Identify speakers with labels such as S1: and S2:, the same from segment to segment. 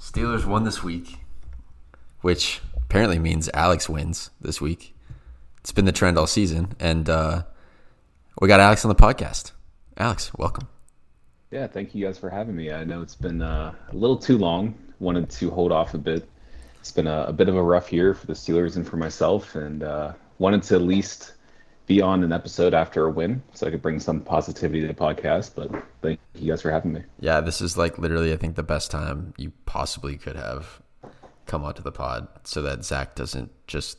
S1: Steelers won this week, which apparently means Alex wins this week. It's been the trend all season, and uh, we got Alex on the podcast. Alex, welcome.
S2: Yeah, thank you guys for having me. I know it's been uh, a little too long. Wanted to hold off a bit. It's been a, a bit of a rough year for the Steelers and for myself, and uh, wanted to at least be on an episode after a win so I could bring some positivity to the podcast. But thank you guys for having me.
S1: Yeah, this is like literally, I think, the best time you possibly could have come onto the pod so that Zach doesn't just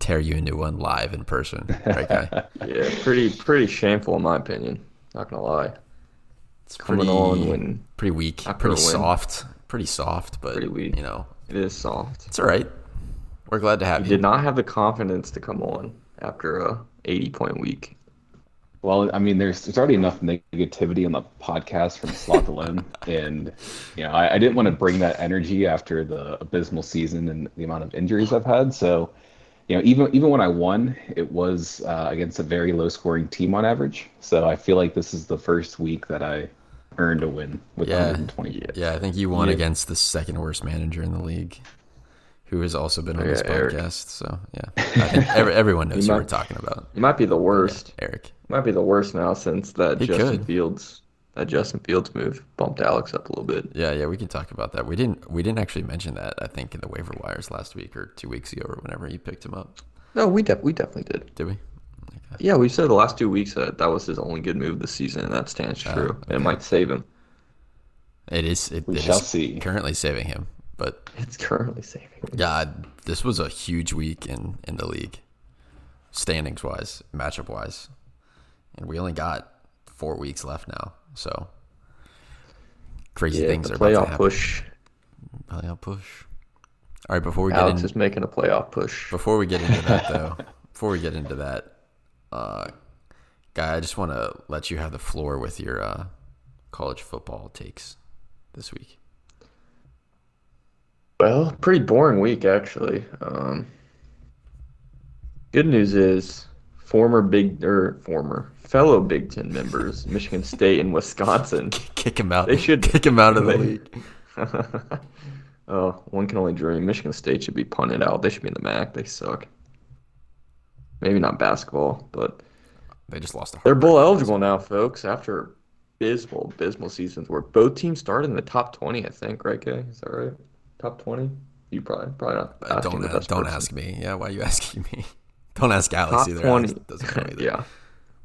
S1: tear you a new one live in person. Right, guy?
S3: yeah, pretty pretty shameful in my opinion. Not gonna lie.
S1: It's coming pretty, on when pretty weak, pretty soft, pretty soft, but
S3: Pretty weak.
S1: you know,
S3: It is soft.
S1: it's all right. We're glad to have
S3: I
S1: you.
S3: did not have the confidence to come on after a 80 point week.
S2: Well, I mean, there's there's already enough negativity on the podcast from Sloth alone, and you know, I, I didn't want to bring that energy after the abysmal season and the amount of injuries I've had. So, you know, even even when I won, it was uh, against a very low scoring team on average. So I feel like this is the first week that I earned a win with
S1: Yeah.
S2: 120.
S1: Yeah, I think you won against the second worst manager in the league, who has also been on
S3: Yeah,
S1: this
S3: Eric.
S1: podcast. So yeah, I think every, everyone knows who we're talking about.
S3: It might be the worst.
S1: Eric.
S3: Might be the worst now since that
S1: It
S3: Justin
S1: could.
S3: Fields that Justin Fields move bumped Alex up a little bit.
S1: Yeah, yeah, we can talk about that. We didn't we didn't actually mention that. I think in the waiver wires last week or two weeks ago or whenever you picked him up,
S3: No, we def- we definitely did.
S1: did we?
S3: Yeah, we said the last two weeks that that was his only good move this season, and that stands
S1: Oh,
S3: true. It might save him.
S1: It is. It,
S2: We
S1: it
S2: shall
S1: is
S2: see.
S1: currently saving him, but
S3: It's currently saving him.
S1: yeah, I- this was a huge week in in the league, standings wise, matchup wise, and we only got four weeks left now, so crazy
S3: Yeah,
S1: things
S3: the
S1: are about to
S3: playoff
S1: happen.
S3: push.
S1: Playoff push. All right, before we get
S3: Alex
S1: in,
S3: is making a playoff push.
S1: Before we get into that, though, before we get into that, uh, guy, I just want to let you have the floor with your uh, college football takes this week.
S3: Well, pretty boring week actually. Um, good news is former Big or former fellow Big Ten members, Michigan State and Wisconsin.
S1: Kick him out.
S3: They should-
S1: kick him out of the
S3: they-
S1: league.
S3: Oh, one can only dream. Michigan State should be punted out. They should be in the MAC. They suck. Maybe not basketball, but
S1: They just lost a heart.
S3: they're bowl eligible now, folks. After abysmal, abysmal seasons where both teams started in the top twenty, I think. Right, Kay? Is that right? Top twenty? You probably probably not.
S1: Uh,
S3: asking
S1: Don't
S3: the best
S1: don't
S3: person.
S1: ask me. Yeah, why are you asking me? Don't ask Alex
S3: Top
S1: either.
S3: 20.
S1: Alex doesn't know either.
S3: Yeah.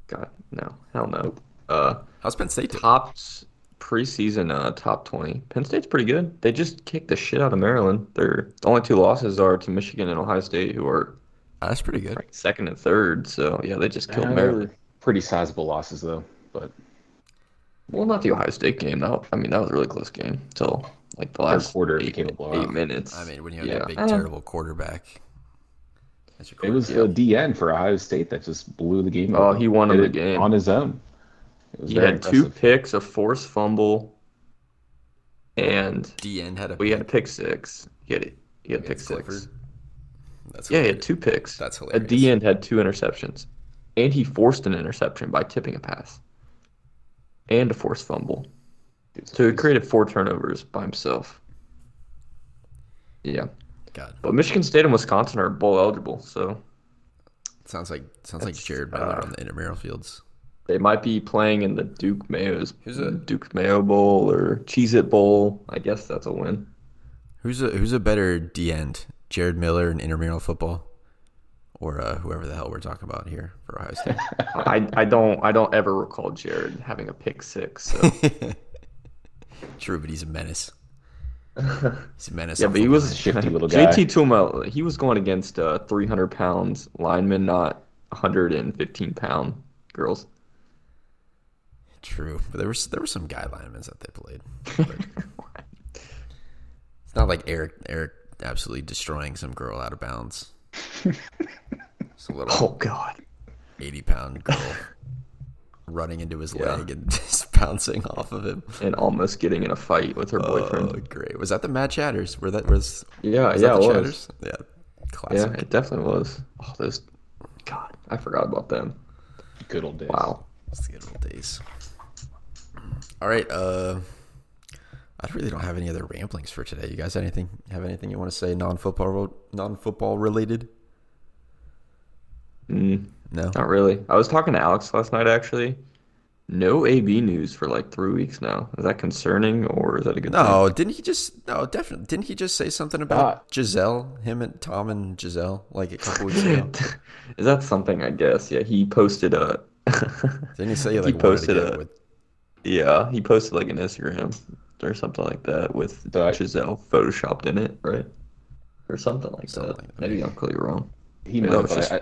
S3: God, no. Hell no. Uh,
S1: How's Penn State doing?
S3: top s- preseason uh, top 20. Penn State's pretty good. They just kicked the shit out of Maryland. Their the only two losses are to Michigan and Ohio State, who are
S1: Ah, that's pretty good.
S3: ranked second and third. So, yeah, they just killed
S2: Uh,
S3: Maryland.
S2: Pretty sizable losses though, but
S3: Well, not the Ohio State game. That, I mean, that was a really close game until like the last
S2: quarter, it
S3: eight,
S2: became a blowout.
S3: eight minutes.
S1: I mean, when you have
S3: yeah.
S1: that big
S3: Uh,
S1: terrible quarterback, that's your
S2: it
S1: quarterback.
S2: was the DN for Ohio State that just blew the game.
S3: Oh,
S2: open.
S3: he won
S2: Did
S3: the
S2: it
S3: game.
S2: on his own. It was
S3: he
S2: very
S3: had two
S2: impressive.
S3: picks, a forced fumble, and
S1: DN had a
S3: we had a pick six. He had, he had a pick
S1: against
S3: six.
S1: Clifford. That's
S3: Yeah, he had
S1: hilarious.
S3: two picks.
S1: That's
S3: A
S1: hilarious.
S3: D end had two interceptions, and he forced an interception by tipping a pass, and a forced fumble. So he created four turnovers by himself. Yeah,
S1: God.
S3: but Michigan State and Wisconsin are bowl eligible, so
S1: Sounds like sounds like
S3: That's,
S1: Jared Miller
S3: uh,
S1: on the intramural fields.
S3: they might be playing in the Duke Mayo's
S1: Who's that?
S3: Duke Mayo Bowl or Cheez It Bowl. I guess that's a win.
S1: Who's a who's a better D end, Jared Miller in intramural football, or uh, whoever the hell we're talking about here for Ohio State?
S3: I, I don't I don't ever recall Jared having a pick six. So.
S1: True, but he's a menace. He's a menace.
S3: Yeah,
S1: on
S3: but he
S1: football
S3: was
S1: night.
S2: shifty little guy.
S3: JT Tuma. He was going against uh, 300 pounds linemen, not 115 pound girls.
S1: True, but there was there were some guy linemen that they played. But it's not like Eric Eric absolutely destroying some girl out of bounds. It's a little
S3: Oh God.
S1: eighty pound girl running into his leg and just bouncing off of him.
S3: And almost getting in a fight with her boyfriend.
S1: Oh, great! Was that the Mad Chatters? Were that was
S3: yeah,
S1: was
S3: yeah,
S1: that
S3: it
S1: the
S3: was.
S1: Chatters? Yeah,
S3: Yeah,
S1: classic.
S3: it definitely was. Oh, those. God, I forgot about them.
S2: Good old days.
S3: Wow.
S1: It's the good old days. All right. Uh, I really don't have any other ramblings for today. You guys, anything? Have anything you want to say? Non football, non football related?
S3: Mm,
S1: No.
S3: not really. I was talking to Alex last night, actually. No AB news for like three weeks now. Is that concerning or is that a good thing?
S1: No. Didn't he just? No, definitely. Didn't he just say something about
S2: Ah.
S1: Giselle? Him and Tom and Giselle, like a couple weeks ago.
S3: Is that something? I guess. Yeah, he posted a.
S1: Didn't he say like wanted
S3: posted
S1: to get
S3: a-
S1: with?
S3: yeah, he posted like an Instagram or something like that with
S2: So I-
S3: Giselle photoshopped in it, right? Or something like
S1: Something
S3: that.
S1: like that.
S3: Maybe I'm completely wrong.
S2: He
S3: Yeah,
S2: might,
S3: it's
S2: but
S3: just-
S2: I,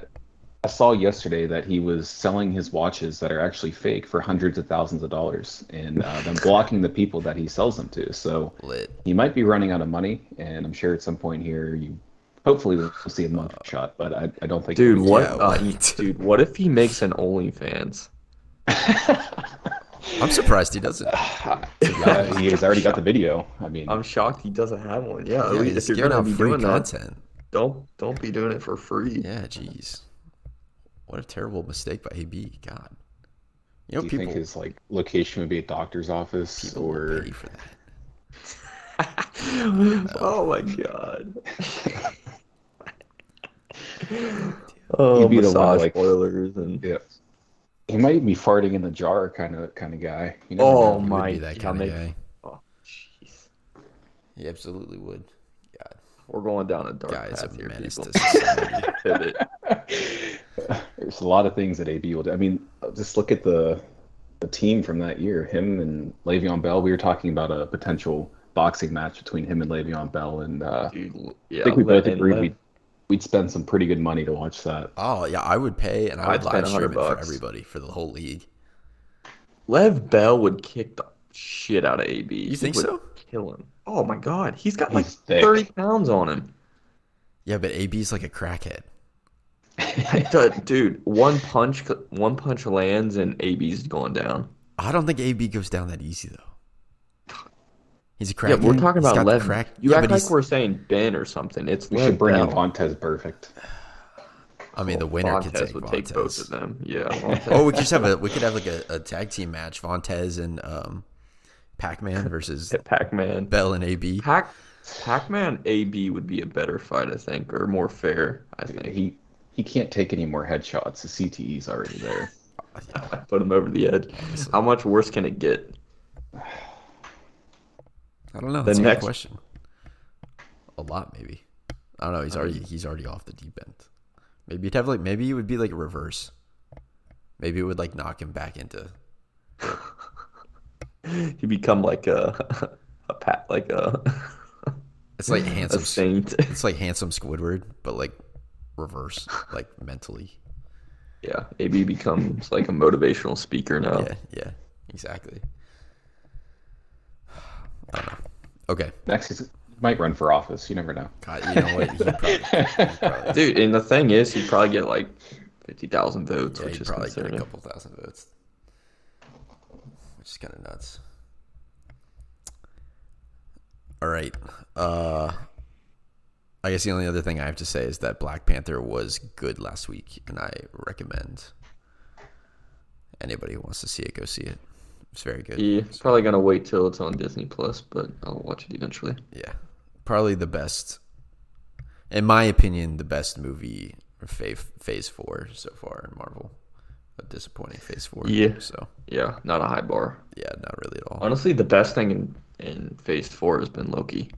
S2: I saw yesterday that he was selling his watches that are actually fake for hundreds of thousands of dollars, and uh, then blocking the people that he sells them to. So
S1: Lit.
S2: he might be running out of money, and I'm sure at some point here you, hopefully we'll see a month shot, but I, I don't think.
S3: Dude, what?
S1: Yeah,
S3: uh,
S1: wait.
S3: dude, what if he makes an OnlyFans?
S1: I'm surprised he doesn't.
S2: Uh, he has already got the video. I mean,
S3: I'm shocked he doesn't have one. Yeah, at
S1: Yeah,
S3: least
S1: he's
S3: if you're
S1: giving
S3: gonna
S1: out
S3: be
S1: free
S3: doing that,
S1: content.
S3: don't don't be doing it for free.
S1: Yeah, jeez. What a terrible mistake by AB. God. You
S2: do
S1: know,
S2: you
S1: people,
S2: think his like location would be a doctor's office
S1: people will
S2: or?
S1: pay for that.
S3: oh my god.
S2: You'd
S3: oh,
S2: be the one,
S3: massage
S2: like-
S3: oilers and
S2: Yeah. He might be farting in the jar kind of kind of guy. You never
S3: oh
S2: know.
S1: He
S3: my
S1: would be that
S3: god.
S1: kind of
S3: make-
S1: guy.
S3: oh, jeez.
S1: He absolutely would. God,
S3: We're going down a dark
S1: guy is a
S3: path here,
S1: menace
S3: people.
S1: to society.
S3: Pivot.
S2: There's a lot of things that AB will do. I mean, just look at the the team from that year. Him and Le'Veon Bell. We were talking about a potential boxing match between him and Le'Veon Bell, and uh,
S3: Dude, l- yeah,
S2: I think we
S3: let-
S2: both
S3: and
S2: agreed
S3: let-
S2: we'd, we'd spend some pretty good money to watch that.
S1: oh, yeah, I would pay and I would
S3: I'd spend
S1: live stream it
S3: 100
S1: for
S3: bucks.
S1: everybody, for the whole league.
S3: Lev Bell would kick the shit out of AB.
S1: You think
S3: would
S1: so?
S3: Kill him. Oh my god, he's got like
S2: He's thick.
S3: 30 pounds on him.
S1: Yeah, but AB's like a crackhead.
S3: Dude, dude, one punch, one punch lands and AB's going down.
S1: I don't think AB goes down that easy, though. He's a crackhead.
S3: Yeah, we're talking
S1: He's got
S3: about
S1: the
S3: Lev.
S1: Crack.
S3: You
S1: yeah,
S3: act
S1: but
S3: like
S1: he's-
S3: we're saying Ben or something. It's
S2: We
S3: Lev
S2: should bring in
S3: Bell.
S2: Vontez Perfect.
S1: I mean, the winner could
S3: Vontaze
S1: take
S3: would take both of
S1: Vontaze.
S3: them. Yeah. Vontaze.
S1: Oh, we could just have a we could have like a, a tag team match: Vontez and um, Pac Man versus
S3: Pac-Man.
S1: Bell and AB.
S3: Pac Pac-Man AB would be a better fight, I think, or more fair. I think.
S2: He he can't take any more headshots. The CTE's already there.
S3: Put him over the edge. How much worse can it get?
S1: I don't know. That's a
S3: next-
S1: good question. A lot, maybe. I don't know. He's already he's already off the deep end. Maybe you'd have like maybe it would be like reverse. Maybe it would like knock him back into.
S3: He become like a a pat like a
S1: It's like
S3: a
S1: handsome. Squ-
S3: saint.
S1: It's like handsome Squidward, but like reverse, like mentally.
S3: Yeah, AB becomes like a motivational speaker now.
S1: Yeah, yeah, exactly. I don't know. Okay,
S2: Next, is- might run for office. You never know.
S1: God, you know what? He probably, he probably,
S3: Dude, and the thing is, he'd probably get like fifty thousand votes,
S1: yeah,
S3: which
S1: he
S3: is
S1: probably get a
S3: concerning.
S1: couple thousand votes, which is kind of nuts. All right. Uh, I guess the only other thing I have to say is that Black Panther was good last week, and I recommend anybody who wants to see it go see it. It's very good.
S3: Yeah, it's probably gonna wait till it's on Disney Plus, but I'll watch it eventually.
S1: yeah probably the best in my opinion the best movie for phase, phase four so far in marvel a disappointing phase four
S3: Yeah.
S1: so
S3: Yeah, not a high bar.
S1: yeah not really at all
S3: Honestly, the best thing in in Phase Four has been Loki.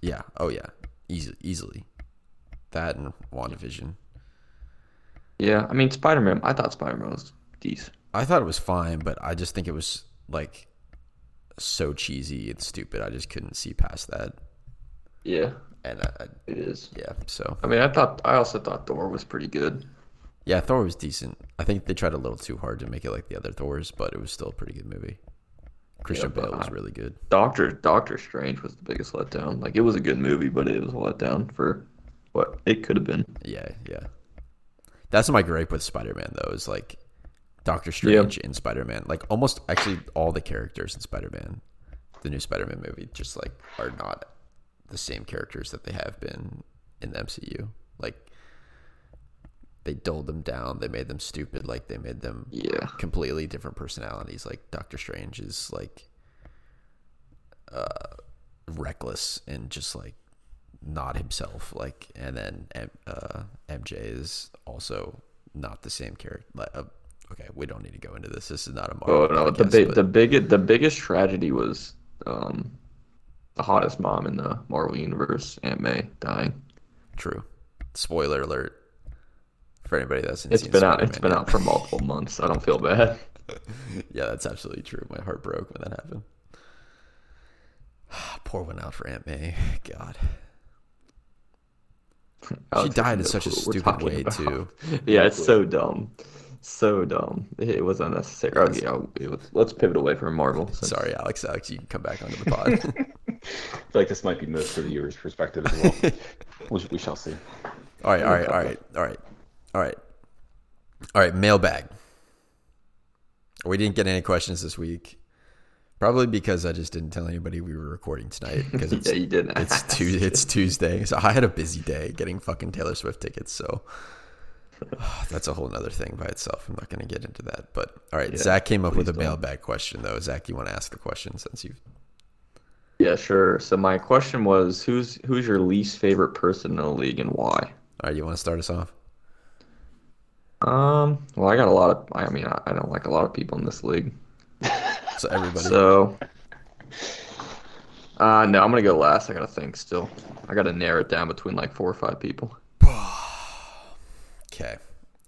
S1: yeah oh yeah easily easily that and wandavision
S3: Yeah, I mean Spider Man. I thought Spider Man was decent.
S1: i thought it was fine but i just think it was like so cheesy and stupid i just couldn't see past that
S3: Yeah,
S1: and I, I,
S3: it is.
S1: yeah so
S3: I mean, I thought I also thought Thor was pretty good.
S1: yeah thor was decent i think they tried a little too hard to make it like the other thors but it was still a pretty good movie christian
S3: but
S1: bale was
S3: I-
S1: really good
S3: Doctor Doctor Strange was the biggest letdown. Like it was a good movie, but it was a letdown for what it could have been.
S1: Yeah, yeah. That's my gripe with Spider Man though, is like Doctor Strange and Spider Man. Like almost actually all the characters in Spider Man, the new Spider Man movie, just like are not the same characters that they have been in the MCU. Like they doled them down. They made them stupid. Like they made them
S3: Yeah.
S1: completely different personalities. Like Doctor Strange is like uh, reckless and just like not himself. Like, and then M- uh, MJ is also not the same character. Like, uh, okay, we don't need to go into this. This is not a Marvel.
S3: Oh no, the
S1: podcast,
S3: big,
S1: but-
S3: the big, the biggest tragedy was um, the hottest mom in the Marvel universe, Aunt May, dying.
S1: True. Spoiler alert for anybody that hasn't
S3: It's
S1: seen
S3: been out. It's
S1: Spider-Man
S3: been out for multiple months. I don't feel bad.
S1: yet. Yeah, that's absolutely true. My heart broke when that happened. Poor one out for Aunt May. God,
S3: Alex,
S1: she died in
S3: knows
S1: such a
S3: what we're
S1: stupid
S3: talking
S1: way
S3: about.
S1: too.
S3: Yeah, it's so dumb, so dumb. It was unnecessary. Oh, yeah, it was- let's pivot away from Marvel. since-
S1: Sorry, Alex. Alex, you can come back onto the pod.
S2: I feel like this might be most of the viewer's perspective as well. we, we shall see.
S1: all right, all right, all right, all right, all right, all right. Mailbag. We didn't get any questions this week, probably because I just didn't tell anybody we were recording tonight because it's
S3: Yeah, you didn't.
S1: It's
S3: ask.
S1: tu- it's Tuesday, so I had a busy day getting fucking Taylor Swift tickets. So oh, that's a whole nother thing by itself. I'm not going to get into that. But all right, Zach came up with a mailbag question though. Zach, you want to ask the question since you've
S3: Yeah, sure. So my question was, who's who's your least favorite person in the league and why?
S1: all right, you want to start us off?
S3: Um, well, I got a lot of. I mean, I, I don't like a lot of people in this league.
S1: So everybody,
S3: So, uh, no, I'm gonna go last. I gotta think still. I gotta narrow it down between like four or five people.
S1: okay.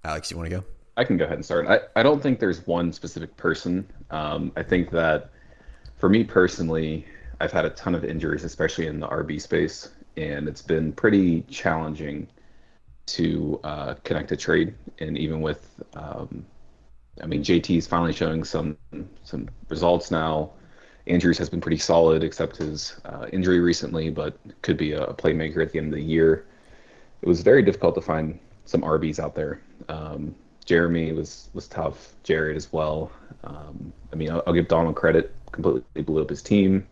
S1: Alex, you want to go?
S2: I can go ahead and start. I, I don't think there's one specific person. Um, I think that for me personally, I've had a ton of injuries, especially in the RB space, and it's been pretty challenging to uh, connect a trade. And even with, um, I mean, JT is finally showing some some results now. Andrews has been pretty solid, except his uh, injury recently, but could be a playmaker at the end of the year it was very difficult to find some RBs out there. Um, Jeremy was was tough. Jared as well. Um, I mean, I'll, I'll give Donald credit. Completely blew up his team,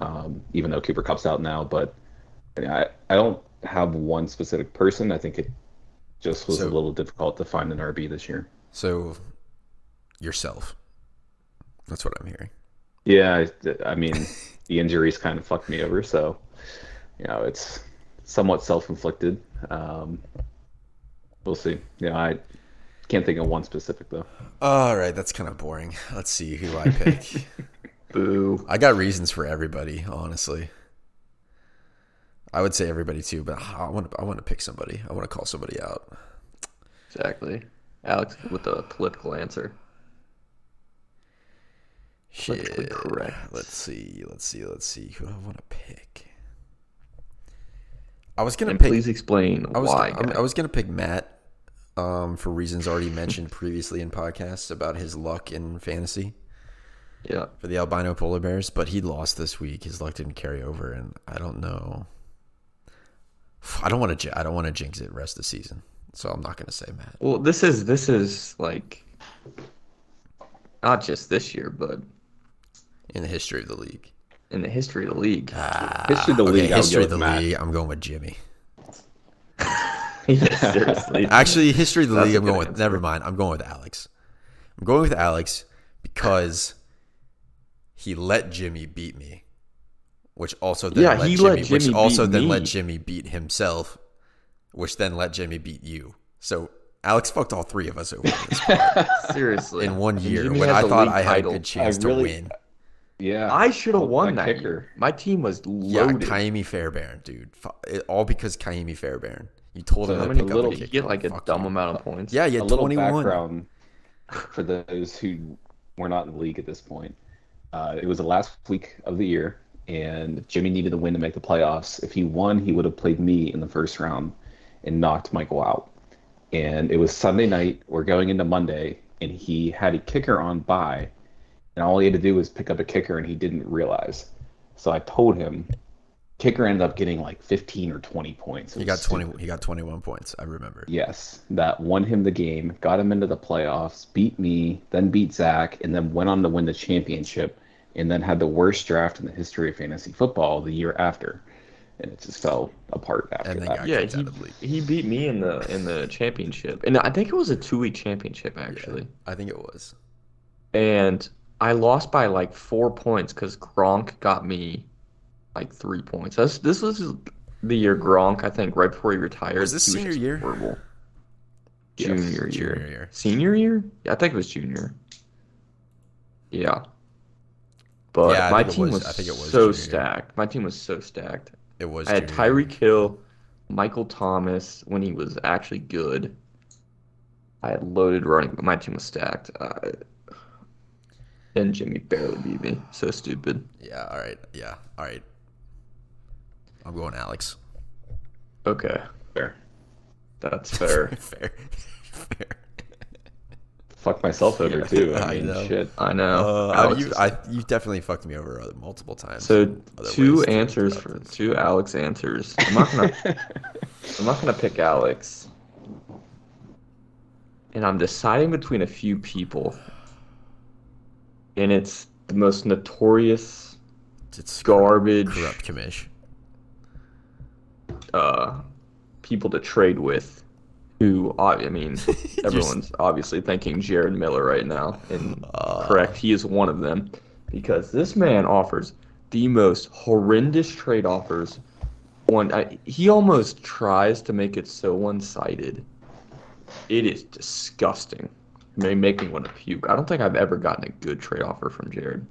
S2: um, even though Cooper Cup's out now. But I, mean, I I don't have one specific person. I think it just was
S1: So-
S2: a little difficult to find an RB this year.
S1: So yourself. That's what I'm hearing.
S2: Yeah, I, I mean, the injuries kind of fucked me over. So, you know, it's somewhat self-inflicted. Um, we'll see. You know, I can't think of one specific though.
S1: All right, that's kind of boring. Let's see who I pick.
S3: Boo.
S1: I got reasons for everybody, honestly. I would say everybody too, but I want to I want to pick somebody. I want to call somebody out.
S3: Exactly. Alex with the political answer. Politically
S1: Shit.
S3: correct.
S1: Let's see. Let's see. Let's see. Who do I want to pick? I was gonna
S3: And
S1: pick.
S3: please explain
S1: I was.
S3: why.
S1: I'm-
S3: guys.
S1: I was gonna pick Matt, um, for reasons already mentioned previously in podcasts about his luck in fantasy
S3: yeah.
S1: for the albino polar bears, but he lost this week. His luck didn't carry over, and I don't know. I don't want to. I don't want to jinx it rest of the season, so I'm not gonna say Matt.
S3: Well, this is this is like not just this year, but
S1: In the history of the league,
S3: in the history of the league.
S1: Ah.
S2: History of the
S1: okay,
S2: league. I'll
S1: history
S2: go
S1: of the
S2: with Matt.
S1: league. I'm going with Jimmy.
S3: yeah, seriously.
S1: Actually, history of the
S3: That's
S1: league.
S3: a
S1: I'm going
S3: good
S1: with.
S3: answer.
S1: Never mind. I'm going with Alex. I'm going with Alex because he let Jimmy beat me, which also then
S3: Yeah,
S1: let
S3: he
S1: Jimmy,
S3: let
S1: which
S3: Jimmy
S1: also
S3: beat
S1: then
S3: me.
S1: let Jimmy beat himself, which then let Jimmy beat you. So Alex fucked all three of us over this
S3: seriously.
S1: in one
S3: And
S1: year
S3: Jimmy
S1: when
S3: had
S1: I
S3: the
S1: thought
S3: league
S1: I had a
S3: title.
S1: good chance to
S2: really-
S1: win.
S2: Yeah.
S3: I should have won
S2: that
S3: that
S2: kicker.
S3: year. My team was
S1: Yeah,
S3: loaded.
S1: Kaimi Fairbairn, dude. Fu- it- All because Kaimi Fairbairn. You told him
S3: How
S1: to
S3: many
S1: pick up
S3: little
S1: a
S3: you
S1: kick.
S3: get like a
S1: Fuck
S3: dumb
S1: you.
S3: amount of points?
S1: Yeah, you
S2: a
S1: had
S2: little
S1: 21.
S2: background for those who were not in the league at this point. Uh, it was the last week of the year, and Jimmy needed to win to make the playoffs. If he won, he would have played me in the first round and knocked Michael out. And it was Sunday night. We're going into Monday, and he had a kicker on by, and all he had to do was pick up a kicker, and he didn't realize. So I told him. Kicker ended up getting like 15 or 20 points. It
S1: He
S2: was
S1: got twenty. He got twenty-one points. I remember.
S2: Yes, that won him the game, got him into the playoffs, beat me, then beat Zach, and then went on to win the championship, and then had the worst draft in the history of fantasy football the year after. and it just fell apart after
S1: And they
S2: that.
S1: got
S3: Yeah,
S1: kicked
S3: he,
S1: out of the league.
S3: he beat me in the in the championship, and I think it was a two week championship actually.
S1: I think it was.
S3: And I lost by like four points because Gronk got me like three points. This this was the year Gronk, I think, right before he retired.
S1: Was this
S3: he
S1: senior
S3: just
S1: year?
S3: Horrible.
S2: Yes,
S3: Junior year.
S1: junior year.
S3: Senior year? Yeah, I think it was junior. Yeah. But
S1: Yeah, I
S3: my
S1: think it
S3: team
S1: was-
S3: was,
S1: I think it was
S3: so
S1: junior year.
S3: stacked. My team was so stacked.
S1: It was.
S3: I had
S1: junior year.
S3: Tyreek Hill, Michael Thomas when he was actually good. I had loaded running, but my team was stacked. Uh, and Jimmy barely beat me. So stupid.
S1: Yeah. All right. Yeah. All right. I'm going Alex.
S3: Okay,
S2: Fair.
S3: that's fair.
S1: Fair. Fair.
S2: Fuck myself over too.
S1: I
S2: I mean,
S1: know.
S2: shit.
S3: I know.
S1: Uh,
S3: Alex
S1: you,
S3: is-
S1: I, you definitely fucked me over uh, multiple times.
S3: so
S1: Other
S3: two
S1: ways to
S3: answers
S1: talk
S3: for
S1: about this.
S3: two Alex answers. I'm not gonna. I'm not gonna pick Alex. And I'm deciding between a few people. And it's the most notorious
S1: it's
S3: garbage
S1: corrupt commish.
S3: uh, people to trade with. Who ob- I mean, everyone's obviously thinking Jared Miller right now, and
S1: Uh.
S3: correct, he is one of them because this man offers the most horrendous trade offers. One, I, he almost tries to make it so one-sided. It is disgusting. It may make me want to puke. I don't think I've ever gotten a good trade offer from Jared.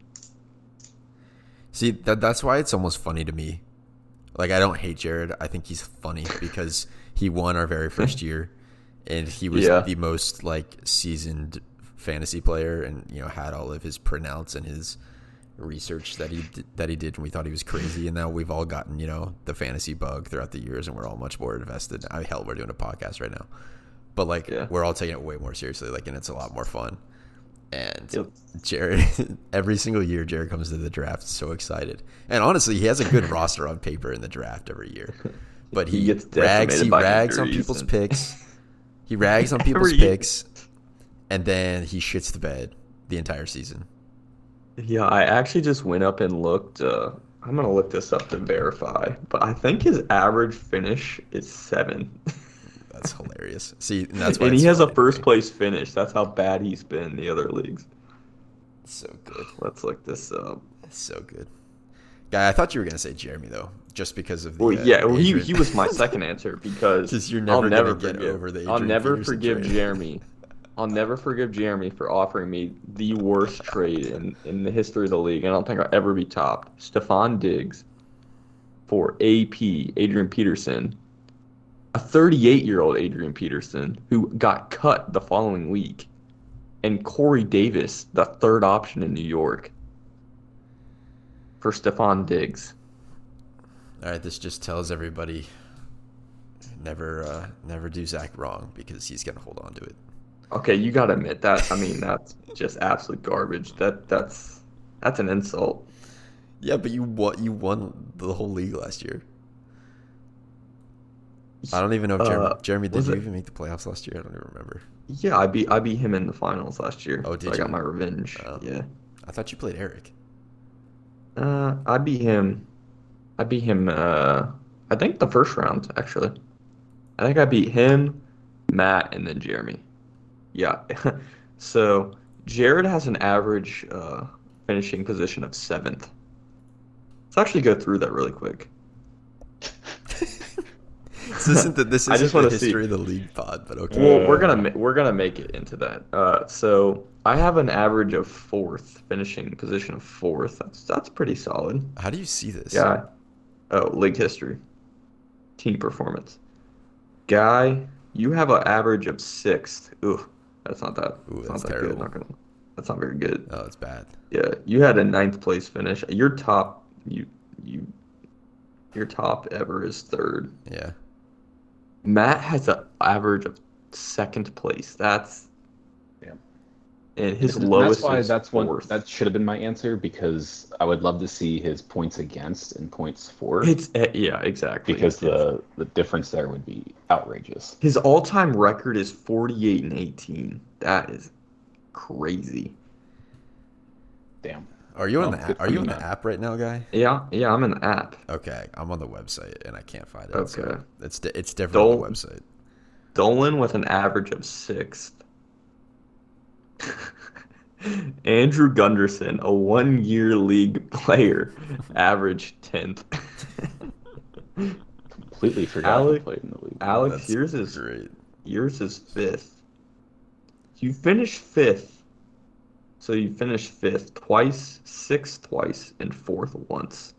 S1: See, that that's why it's almost funny to me. Like I don't hate Jared. I think he's funny because he won our very first year, and he was
S3: Yeah.
S1: the most like seasoned fantasy player, and you know had all of his printouts and his research that he d- that he did, and we thought he was crazy. And now we've all gotten you know the fantasy bug throughout the years, and we're all much more invested. I hell, we're doing a podcast right now, but like
S3: Yeah.
S1: we're all taking it way more seriously. Like, and it's a lot more fun. And
S3: Yep.
S1: Jared, every single year, Jared comes to the draft so excited. And honestly, he has a good roster on paper in the draft every year. But he,
S3: He gets
S1: rags,
S3: decimated
S1: he
S3: by
S1: rags on
S3: injuries
S1: people's
S3: and-
S1: picks. He rags on people's
S3: Every year.
S1: picks, and then he shits the bed the entire season.
S3: Yeah, I actually just went up and looked. Uh, I'm gonna look this up to verify, but I think his average finish is seven,
S1: That's hilarious. See, and that's why
S3: and he
S1: it's
S3: has a
S1: funny to
S3: first
S1: me.
S3: place finish. That's how bad he's been in the other leagues.
S1: So good,
S3: Let's look this up.
S1: so good. Guy, I thought you were gonna say Jeremy though, just because of the.
S3: Well,
S1: uh,
S3: yeah, well, he,
S1: Adrian-
S3: he was my second answer because
S1: 'Cause you're
S3: I'll
S1: never
S3: never
S1: gonna get
S3: forgive.
S1: over the
S3: I'll
S1: Adrian
S3: never
S1: Peterson
S3: forgive
S1: trade.
S3: Jeremy. I'll never forgive Jeremy for offering me the worst trade in, in the history of the league. and I don't think I'll ever be topped. Stefan Diggs for AP Adrian Peterson, a 38 year old Adrian Peterson who got cut the following week, and Corey Davis, the third option in New York, for Stefan Diggs.
S1: All right, this just tells everybody never uh, never do Zach wrong because he's gonna hold on to it.
S3: Okay, you gotta admit that. I mean, that's just absolute garbage. That that's that's an insult.
S1: Yeah, but you won you won the whole league last year. I don't even know if Jeremy,
S3: Uh,
S1: Jeremy did
S3: was
S1: you
S3: it-
S1: even make the playoffs last year? I don't even remember.
S3: Yeah, I beat I beat him in the finals last year.
S1: Oh,
S3: so
S1: did
S3: I
S1: you?
S3: got my revenge.
S1: Oh.
S3: Yeah,
S1: I thought you played Eric.
S3: uh, I beat him. I beat him. Uh, I think the first round actually. I think I beat him, Matt, and then Jeremy. Yeah. so Jared has an average uh, finishing position of seventh. Let's actually go through that really quick.
S1: This isn't the this
S3: I
S1: isn't
S3: just
S1: the
S3: wanna see-
S1: history of the league pod, but okay.
S3: Well,
S2: Uh,
S3: we're gonna ma- we're gonna make it into that. Uh, so I have an average of fourth, finishing position of fourth. That's that's pretty solid.
S1: How do you see this?
S3: Guy, oh, league history, team performance. Guy, you have an average of sixth. Ooh, that's not that.
S1: Ooh,
S3: it's
S1: that's
S3: not that
S1: terrible.
S3: Good. Not gonna, that's not very good.
S1: Oh, it's bad.
S3: Yeah, you had a ninth place finish. Your top, you you, your top ever is third.
S1: Yeah.
S3: Matt has an average of second place. That's
S2: Yeah.
S3: And his
S2: And
S3: lowest
S2: That's why
S3: is
S2: that's one.
S3: fourth.
S2: That should have been my answer because I would love to see his points against and points for
S3: it's eh, yeah, exactly.
S2: because
S3: It's-
S2: the the difference there would be outrageous.
S3: his all-time record is 48 and 18. That is crazy.
S2: Damn.
S1: Are you in
S2: Well,
S1: the
S2: good
S1: app? Are
S2: for
S1: you
S2: you,
S1: in the
S2: man.
S1: app right now, guy?
S3: Yeah, yeah, I'm in the app.
S1: Okay, I'm on the website and I can't find it. so
S3: Okay.
S1: it's di- it's different on the
S3: Don't-
S1: website.
S3: Dolan with an average of sixth. Andrew Gunderson, a one year league player, average 10th.
S2: Completely forgot
S3: Alec-
S2: he played in the league.
S3: Alex,
S1: That's
S3: yours is
S1: great.
S3: yours is fifth. You finished fifth. So you finished fifth twice, sixth twice, and fourth once.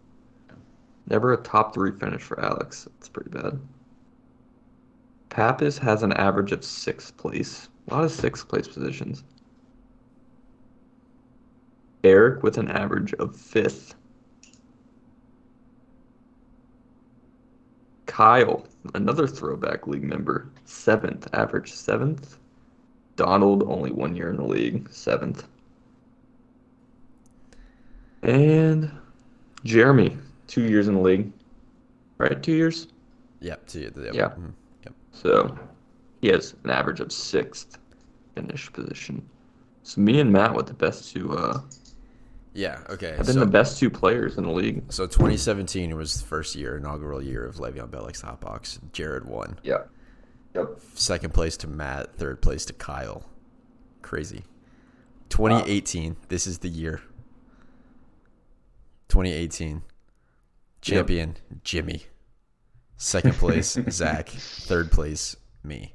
S3: Never a top three finish for Alex. That's pretty bad. Pappas has an average of sixth place. A lot of sixth place positions. Eric with an average of fifth. Kyle, another throwback league member, seventh, average seventh. Donald, only one year in the league, seventh. And Jeremy, two years in the league. Right, two years?
S1: Yep. To you. Yep.
S3: Yeah.
S1: mhm, Yep.
S3: So he has an average of sixth finish position. So me and Matt with the best two uh
S1: Yeah. Okay.
S3: have been
S1: So,
S3: the best two players in the league.
S1: so 2017 was the first year, inaugural year of Le'Veon Bell X Hot Box. Jared won.
S3: Yeah. Yep.
S1: Second place to Matt. Third place to Kyle. Crazy. 2018. This is the year. 2018. Champion Jimmy. Second place Zach. Third place me.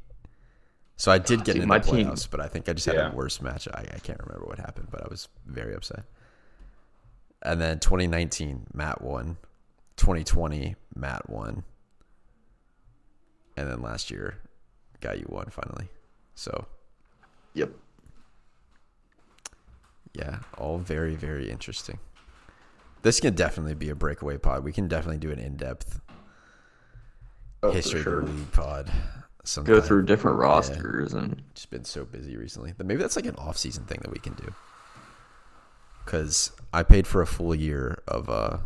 S1: So I did get
S3: dude,
S1: into
S3: my
S1: the
S3: team-
S1: playoffs, but I think I just had
S2: Yeah.
S1: a worse match. I, I can't remember what happened, but I was very upset. And then 2019, Matt won. 2020, Matt won. And then last year, guy you won finally. So
S3: Yep.
S1: yeah, all very very interesting. This can definitely be a breakaway pod. We can definitely do an in-depth
S3: Oh, for
S1: history
S3: sure.
S1: of the league pod. Sometime.
S3: Go through different rosters and
S1: Just been so busy recently. But maybe that's like an off-season thing that we can do. Because I paid for a full year of uh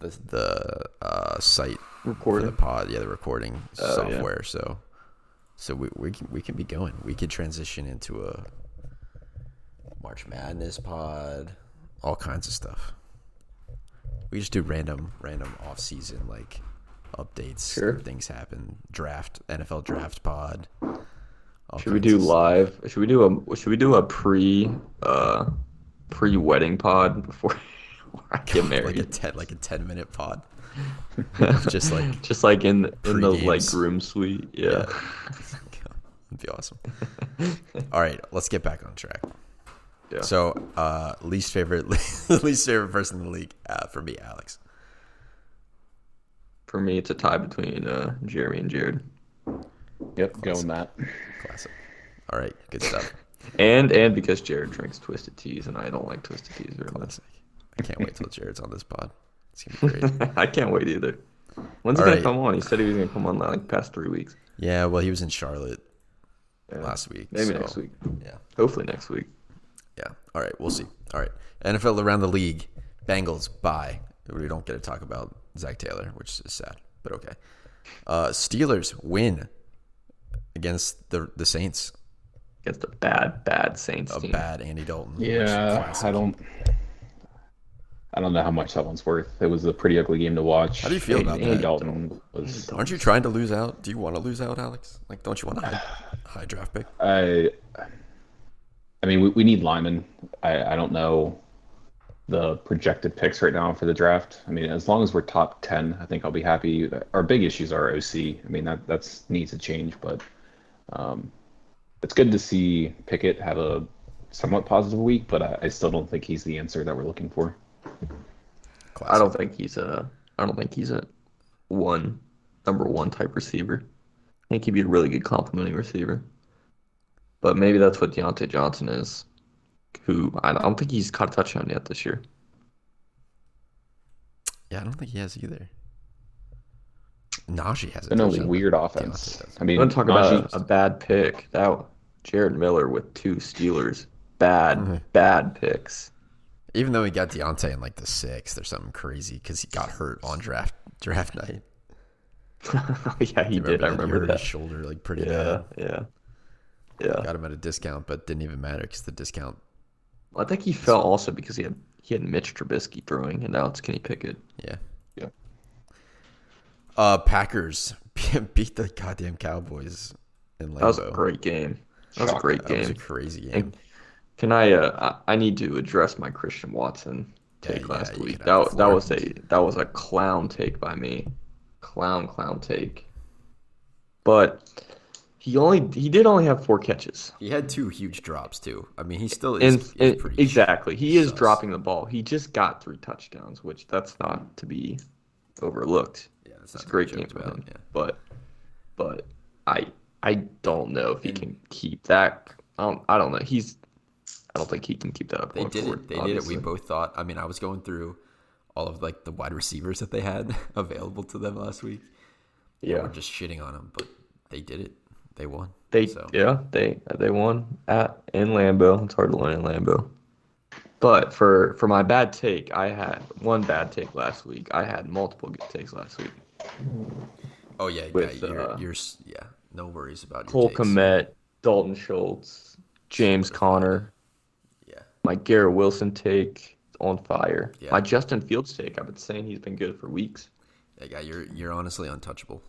S1: the the uh, site for the
S3: recording.
S1: pod, yeah, the recording
S3: Oh, yeah.
S1: software. So, so we, we can we can be going. We could transition into a March Madness pod, all kinds of stuff. We just do random random off season like updates.
S3: Sure.
S1: Things happen. Draft NFL draft pod. all
S3: Should we
S1: kinds
S3: do
S1: of-
S3: live? Should we do a should we do a pre uh pre wedding pod before I
S1: like
S3: get
S1: a
S3: married?
S1: ten like a ten minute pod? just like
S3: Just like in in the like
S1: Pre-games.
S3: groom suite. Yeah.
S1: That'd be awesome. All right, let's get back on track.
S3: Yeah.
S1: So, uh, least favorite, least favorite person in the league uh, for me, Alex.
S3: For me, it's a tie between uh Jeremy and Jared,
S2: Yep, going that.
S1: Classic. All right, good stuff.
S3: and and because Jared drinks twisted teas and I don't like twisted teas very much.
S1: Classic. I can't wait till Jared's on this pod. It's gonna be great.
S3: I can't wait either. When's he
S1: All
S3: gonna
S1: right.
S3: come on? He said he was gonna come on like past three weeks.
S1: Yeah, well, he was in Charlotte
S3: Yeah.
S1: last week.
S3: Maybe
S1: so-
S3: next week.
S1: Yeah,
S3: Hopefully next week.
S1: yeah. All right, we'll see. All right, NFL around the league. Bengals bye. We don't get to talk about Zach Taylor, which is sad, but okay. Uh, Steelers win against the the Saints.
S3: Against a bad, bad Saints
S1: A
S3: team.
S1: bad Andy Dalton. which is
S2: Yeah,
S1: classic.
S2: I don't. I don't know how much that one's worth. It was a pretty ugly game to watch. How
S1: do you feel about that?
S2: Dalton was.
S1: Aren't you trying to lose out? Do you want to lose out, Alex? Like, don't you want a high, high draft pick?
S2: I. I mean, we, we need linemen. I, I don't know the projected picks right now for the draft. I mean, as long as we're top ten, I think I'll be happy. Our big issues are OC. I mean, that that's needs a change, but um, it's good to see Pickett have a somewhat positive week. But I, I still don't think he's the answer that we're looking for.
S1: Classic.
S3: I don't think he's a. I don't think he's a one number one type receiver. I think he'd be a really good complimenting receiver. But maybe that's what Deontay Johnson is, who I don't think he's caught a touchdown yet this year.
S1: Yeah, I don't think he has either. Najee has a
S2: Been a
S1: touchdown.
S2: weird offense. I
S3: You
S2: mean,
S3: want to talk about
S2: Najee-
S3: a, a bad pick? That Jared Miller with two Steelers, bad, bad picks.
S1: Even though he got Deontay in like the sixth or something crazy because he got hurt on draft draft night.
S3: yeah, he did. I
S1: that? He
S3: remember
S1: hurt
S3: that.
S1: his shoulder like pretty
S3: Yeah,
S1: bad.
S3: yeah, yeah.
S1: Got him at a discount, but didn't even matter because the discount
S3: I think he fell also because he had he had Mitch Trubisky throwing, and now it's Kenny Pickett.
S1: Yeah.
S2: Yeah.
S1: Uh, Packers beat the goddamn Cowboys in Lambeau.
S3: That was a great game. That was a
S2: Shocker.
S3: great
S1: That was a
S3: game.
S1: crazy game.
S3: And can I? Uh, I I need to address my Christian Watson
S1: Yeah,
S3: take
S1: yeah,
S3: last
S1: you
S3: week.
S1: can have
S3: That
S1: the
S3: that
S1: floor.
S3: was a that was a clown take by me. Clown clown take. But he only he did only have four catches.
S1: He had two huge drops too. I mean, he still is,
S3: And,
S1: is
S3: and-
S1: pretty
S3: exactly, he is
S1: sus.
S3: dropping the ball. He just got three touchdowns, which that's not to be overlooked.
S1: Yeah, that's
S3: It's
S1: not
S3: a great game
S1: joked
S3: for
S1: about.
S3: him.
S1: Yeah.
S3: But but I I don't know if he can keep that. I don't, I don't know. He's I don't think he can keep that up.
S1: They
S3: going
S1: did
S3: forward,
S1: it. They
S3: obviously.
S1: did it. We both thought. I mean, I was going through all of like the wide receivers that they had available to them last week.
S3: Yeah,
S1: We're just shitting on them, but they did it. They won.
S3: they
S1: so.
S3: yeah they they won at in Lambeau. It's hard to win in Lambeau. But for for my bad take, I had one bad take last week. I had multiple good takes last week.
S1: Oh yeah,
S3: With,
S1: yeah. You're,
S3: uh,
S1: you're s- yeah. No worries about your
S3: Cole
S1: takes.
S3: Komet, Dalton Schultz, James Conner,
S1: Yeah.
S3: my Garrett Wilson take on fire.
S1: Yeah.
S3: My Justin Fields take. I've been saying he's been good for weeks.
S1: Yeah, guy, you're you're honestly untouchable.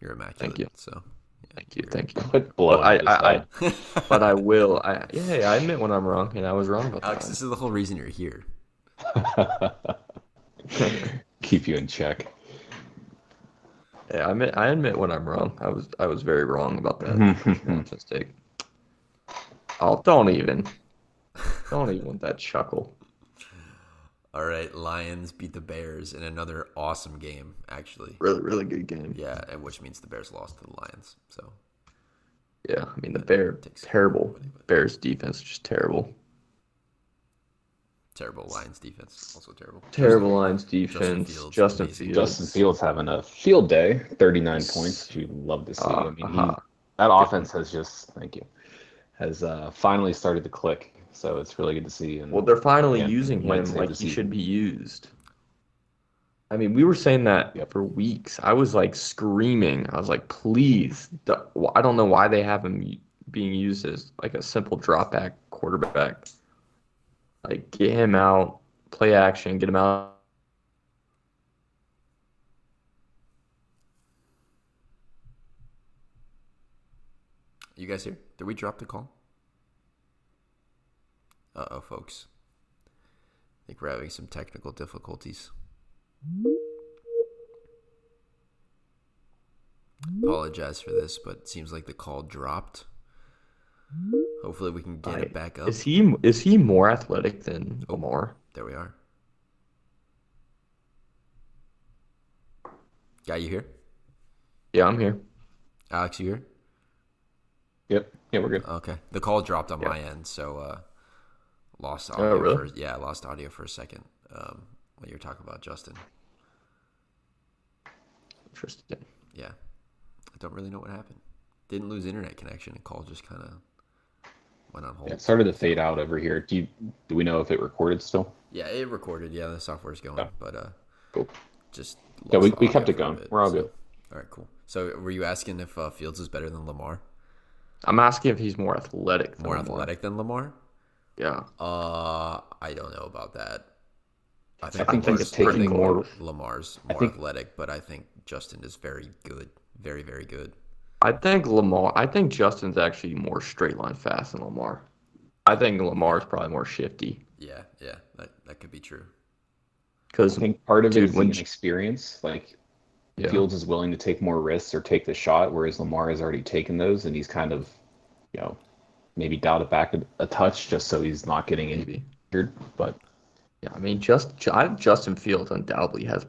S1: You're immaculate.
S3: you.
S1: So
S3: Thank you, thank you.
S2: Quit blowing.
S3: I-
S2: this
S3: I-
S2: up.
S3: But I will. I yeah, hey, I admit when I'm wrong, and I was wrong about
S1: Alex,
S3: that.
S1: this is the whole reason you're here.
S2: Keep you in check.
S3: Yeah, I admit. I admit when I'm wrong. I was. I was very wrong about that.
S2: Mm-hmm.
S3: Justin's take. Oh, don't even. Don't even want that chuckle.
S1: All right, Lions beat the Bears in another awesome game, actually.
S3: Really, really good game. Yeah,
S1: Yeah, and which means the Bears lost to the Lions. So
S3: I mean the bear terrible. Bears defense just terrible.
S1: terrible Lions defense, also terrible.
S3: Terrible lines defense.
S1: Fields,
S3: Justin
S1: amazing.
S3: Fields.
S2: Justin Fields having a field day, 39 points. You love to see.
S3: Ah,
S2: I mean, he-
S3: aha.
S2: that offense has just thank you has uh, finally started to click. So it's really good to see. And
S3: Well, they're finally
S2: Yeah,
S3: using
S2: might
S3: him
S2: save
S3: like
S2: the
S3: he
S2: season.
S3: should be used. I mean, we were saying that
S2: Yep.
S3: for weeks. I was like screaming. I was like, please. d- wh- I don't know why they have him u- being used as like a simple drop back quarterback. Like, get him out, play action, get him out.
S1: You guys here? Did we drop the call? Uh oh, folks. I think we're having some technical difficulties. Apologize for this, but it seems like the call dropped. Hopefully, we can get it
S3: I-
S1: back up.
S3: Is he is he more athletic than Lamar?
S1: There we are. Guy, you here?
S3: Yeah, I'm here.
S1: Alex, you here?
S2: yep, yeah, we're good.
S1: Okay. The call dropped on my end, so uh,
S2: Oh,
S1: lost audio.
S3: really?
S1: for, yeah, lost audio for a second um, when you were talking about Justin.
S3: Interesting.
S1: Yeah, I don't really know what happened. Didn't lose internet connection. The call just kind of went on hold.
S2: It started to fade out over here. Do you do we know if it recorded still?
S1: Yeah, it recorded. Yeah, the software's going, but uh,
S2: Cool.
S1: just
S2: Yeah, we,
S1: lost
S2: we
S1: audio
S2: kept it
S1: for a
S2: going.
S1: bit,
S2: We're all
S1: so-
S2: good.
S1: All right, cool. So, were you asking if uh, Fields is better than Lamar?
S3: I'm asking if he's more athletic than
S1: More
S3: Lamar.
S1: athletic than Lamar?
S3: Yeah.
S1: Uh, I don't know about that. I think,
S2: I think
S1: Lamar's,
S2: it's taking
S1: I think
S3: more-
S1: Lamar's
S2: I
S1: more
S2: think-
S1: athletic, but I think Justin is very good, very very good.
S3: I think Lamar. I think Justin's actually more straight line fast than Lamar. I think Lamar's probably more shifty
S1: Yeah, yeah, that that could be true.
S2: I
S3: because
S2: think part of
S3: Dude,
S2: it is
S3: when-
S2: an experience. Like
S3: yeah,
S2: Fields is willing to take more risks or take the shot, whereas Lamar has already taken those, and he's kind of, you know, maybe dialed it back a, a touch just so he's not getting
S3: maybe.
S2: injured. But
S3: Yeah, I mean, just Ju- I- Justin Fields undoubtedly has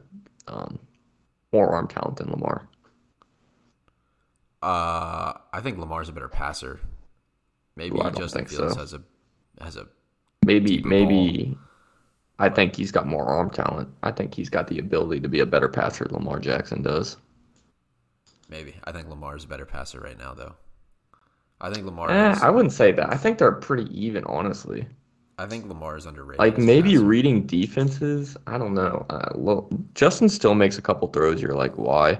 S3: um, more arm talent than Lamar.
S1: Uh, I think Lamar's a better passer. Maybe
S3: Ooh, I don't
S1: Justin
S3: think
S1: Fields
S3: so.
S1: has a has a
S3: Maybe,
S1: Deeper
S3: maybe. I think he's got more arm talent. I think he's got the ability to be a better passer than Lamar Jackson does.
S1: maybe. I think Lamar's a better passer right now, though. I think Lamar.
S3: Eh,
S1: is,
S3: I wouldn't say that. I think they're pretty even, honestly.
S1: I think Lamar is underrated.
S3: Like
S1: as a
S3: maybe
S1: passer.
S3: reading defenses, I don't know. Uh, well, Justin still makes a couple throws. You're like, why?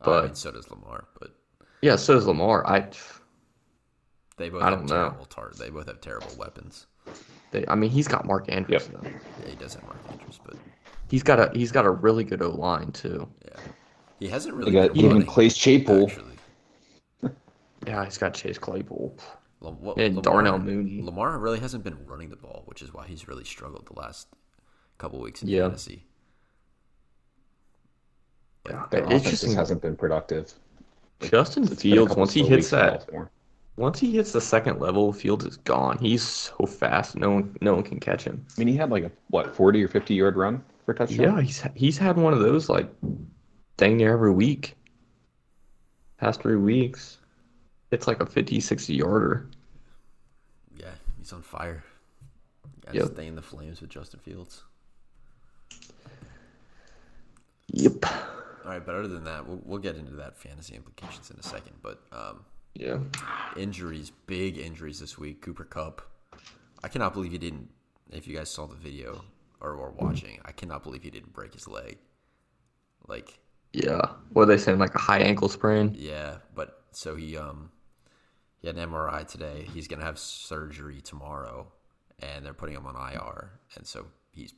S1: I
S3: but-
S1: mean, so does Lamar, but
S3: Yeah, so does Lamar. I
S1: They both
S3: I
S1: have
S3: don't know.
S1: terrible tar- They both have terrible weapons.
S3: They, I mean, he's got Mark Andrews.
S2: Yep.
S3: Though.
S1: Yeah, he doesn't mark Andrews, but
S3: He's got a he's got a really good O line too.
S1: yeah, he hasn't
S2: They
S1: really.
S2: got
S1: been
S2: uh, even
S1: running,
S2: Clay Chapel.
S1: actually.
S3: Yeah, he's got Chase Claypool
S1: Lam- what-
S3: and
S1: Lamar-
S3: Darnell Mooney.
S1: Lamar really hasn't been running the ball, which is why he's really struggled the last couple weeks in
S3: Yeah.
S1: fantasy.
S3: Yeah,
S2: Their
S3: it's
S2: offense
S3: just
S2: just hasn't been productive.
S3: Justin
S2: It's been a
S3: Fields
S2: couple
S3: once he
S2: slow
S3: hits
S2: weeks in
S3: that
S2: Baltimore.
S3: once he hits the second level, Fields is gone. He's so fast, no one no one can catch him.
S2: I mean, he had like a what forty or fifty yard run for a touchdown.
S3: Yeah, he's he's had one of those like dang near every week. Past three weeks, it's like a 50, 60 yarder.
S1: Yeah, he's on fire. Got to
S3: Yep.
S1: stay in the flames with Justin Fields.
S3: Yep.
S1: All right, but other than that, we'll, we'll get into that fantasy implications in a second. But um,
S3: Yeah.
S1: injuries, big injuries this week. Cooper Cup. I cannot believe he didn't. If you guys saw the video or were watching, I cannot believe he didn't break his leg. Like,
S3: Yeah. What are they saying? Like a high ankle sprain?
S1: yeah, but so he um he had an MRI today. He's gonna have surgery tomorrow, and they're putting him on IR, and so he's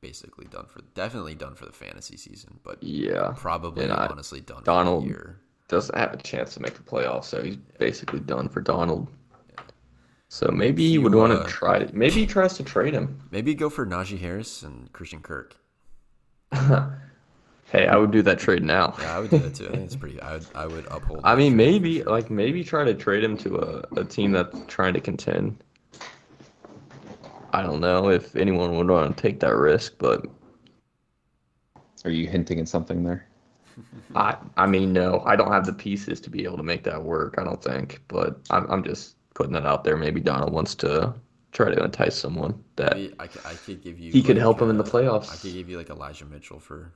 S1: basically done for definitely done for the fantasy season, but
S3: Yeah.
S1: probably
S3: And I-
S1: honestly done
S3: Donald-
S1: for the year.
S3: Doesn't have a chance to make the playoffs, so he's basically done for Donald. So maybe he
S1: You,
S3: would want
S1: uh,
S3: to try to. Maybe he tries to trade him.
S1: Maybe go for Najee Harris and Christian Kirk.
S3: Hey, I would do that trade now.
S1: Yeah, I would do that too. I think it's pretty. I would. I would uphold.
S3: I mean, maybe like maybe try to trade him to a, a team that's trying to contend. I don't know if anyone would want to take that risk, but
S2: Are you hinting at something there?
S3: I I mean no, I don't have the pieces to be able to make that work. I don't think, but I'm I'm just putting that out there. Maybe Donald wants to try to entice someone that
S1: Maybe I, c- I could give you.
S3: he could
S1: like,
S3: help him in
S1: uh,
S3: the playoffs.
S1: I could give you like Elijah Mitchell for.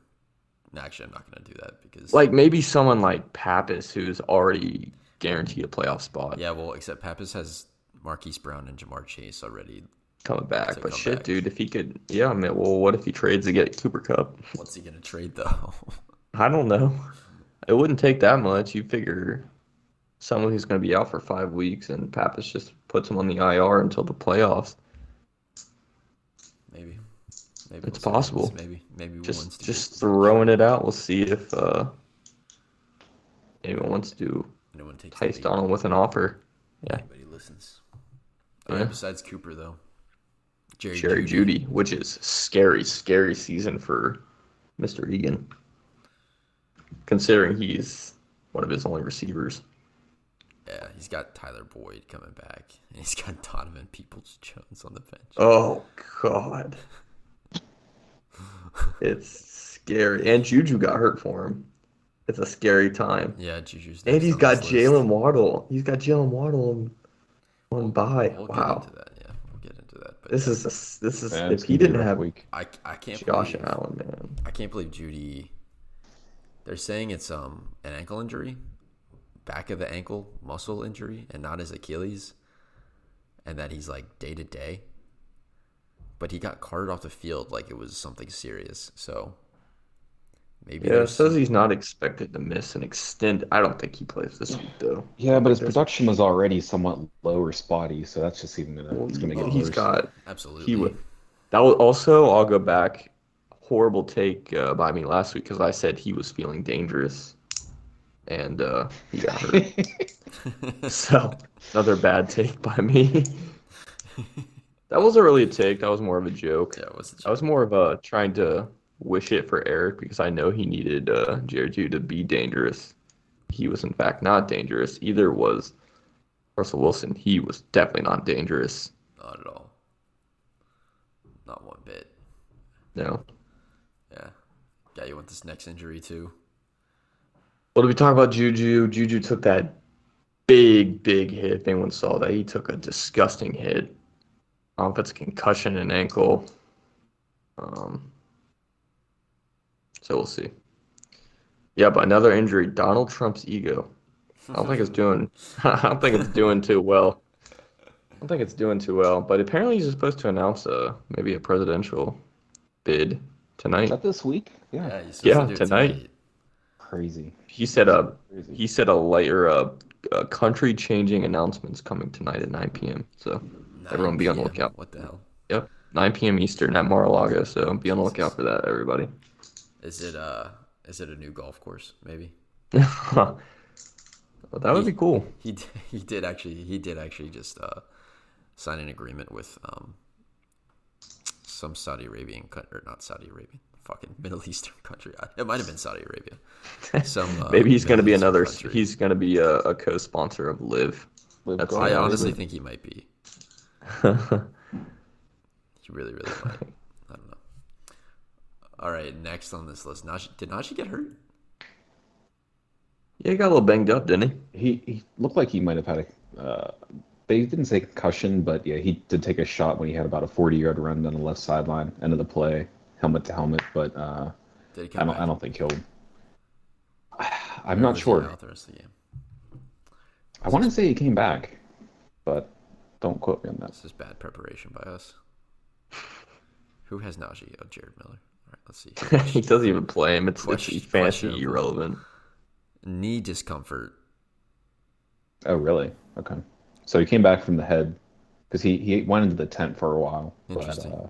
S1: No, actually, I'm not going to do that because
S3: Like maybe someone like Pappas who's already guaranteed a playoff spot
S1: yeah, well, except Pappas has Marquise Brown and Jamar Chase already.
S3: coming back.
S1: To
S3: But
S1: come
S3: shit,
S1: back.
S3: dude, if he could, yeah, I mean, well, what if he trades to get Cooper Cup?
S1: What's he going to trade though?
S3: I don't know. It wouldn't take that much. You figure someone who's going to be out for five weeks and Pappas just puts him on the IR until the playoffs.
S1: maybe. Maybe
S3: It's
S1: see what
S3: possible.
S1: happens. Maybe maybe
S3: Just
S1: once.
S3: just throwing it out. We'll see if uh, anyone wants to
S1: no one takes the
S3: entice
S1: lead.
S3: Donald with an offer. Yeah,
S1: Anybody listens.
S3: Yeah.
S1: Alright, besides Cooper though, Jerry,
S3: Jerry
S1: Judy.
S3: Judy, which is scary, scary season for Mr. Egan, considering he's one of his only receivers.
S1: Yeah, he's got Tyler Boyd coming back, and he's got Donovan Peoples Jones on the bench.
S3: Oh God, it's scary. And Juju got hurt for him. It's a scary time.
S1: Yeah, Juju's.
S3: And
S1: next
S3: he's
S1: on
S3: got
S1: this
S3: Jalen
S1: list.
S3: Waddle. He's got Jalen Waddle on, on bye.
S1: We'll
S3: wow,
S1: get into that. Yeah, we'll get into that. But
S3: this is a s this is
S2: Yeah, it's
S3: if he
S2: gonna be a
S3: didn't
S2: rough
S3: have
S2: week.
S1: I, I can't
S3: Josh
S1: believe
S3: Allen, man.
S1: I can't believe Judy. They're saying it's um an ankle injury, back of the ankle muscle injury, and not his Achilles, and that he's like day to day. But he got carted off the field like it was something serious. So maybe
S3: Yeah, it
S1: there's
S3: says he's not expected to miss an extend. I don't think he plays this week though.
S2: Yeah, but his production was already somewhat low or spotty, so that's just even gonna, it's gonna get
S3: He's
S2: worse.
S3: got
S1: absolutely
S3: He would. That was also. I'll go back. Horrible take uh, by me last week because I said he was feeling dangerous, and uh, he got hurt. so another bad take by me. that wasn't really a take. That was more of a joke.
S1: Yeah, what's the
S3: That was more of a trying to wish it for Eric because I know he needed uh, Jared Judy to be dangerous. He was in fact not dangerous. Either was Russell Wilson. He was definitely not dangerous.
S1: not at all, not one bit.
S3: No.
S1: Yeah, yeah. You want this next injury too?
S3: Well, did we talk about Juju? Juju took that big, big hit. If anyone saw that, he took a disgusting hit. Um, if it's a concussion and ankle. Um, so we'll see. Yeah, but another injury. Donald Trump's ego. I don't think it's doing. I don't think it's doing too well. I don't think it's doing too well. But apparently, he's supposed to announce a maybe a presidential bid tonight.
S2: Is that this week? Yeah,
S1: Yeah, he's supposed
S3: Yeah,
S1: to do it
S3: tonight.
S2: crazy.
S3: He said a
S2: Crazy.
S3: he said a light or a uh, country changing announcements coming tonight at 9 p.m. So everyone be on the
S1: Yeah,
S3: lookout.
S1: What the hell?
S3: Yep, 9 p.m. Eastern at Mar-a-Lago. So be on the lookout for that, everybody.
S1: Is it uh is it a new golf course? Maybe.
S3: Well, that would be cool.
S1: He d- he did actually he did actually just uh sign an agreement with um some Saudi Arabian coun- or not Saudi Arabian fucking Middle Eastern country. I- It might have been Saudi Arabia. Some uh,
S3: Maybe he's going to
S1: Middle
S3: be
S1: Eastern
S3: another.
S1: country.
S3: He's going to be a, a co-sponsor of Live.
S2: Live
S3: That's
S2: golf.
S1: I
S3: Yeah,
S1: honestly
S3: maybe.
S1: think he might be. He really, really might. I don't know. All right, next on this list, Najee, did Najee get hurt?
S3: Yeah, he got a little banged up, didn't he?
S2: He, he looked like he might have had a. Uh, they didn't say concussion, but yeah, he did take a shot when he had about a 40 yard run down the left sideline, end of the play, helmet to helmet. But uh,
S1: Did he come
S2: I don't,
S1: back?
S2: I don't think he'll. I'm
S1: Or
S2: not
S1: was he
S2: sure.
S1: out the rest of the game?
S2: I want to say he came back, but don't quote me on that.
S1: This is bad preparation by us. Who has Najee? Oh, Jared Miller. All right, let's see.
S3: he doesn't even play him. It's, it's
S1: Question-
S3: fantasy
S1: questionable.
S3: irrelevant.
S1: Knee discomfort.
S2: Oh, really? Okay. So he came back from the head because he, he went into the tent for a while.
S1: Interesting.
S2: But, uh,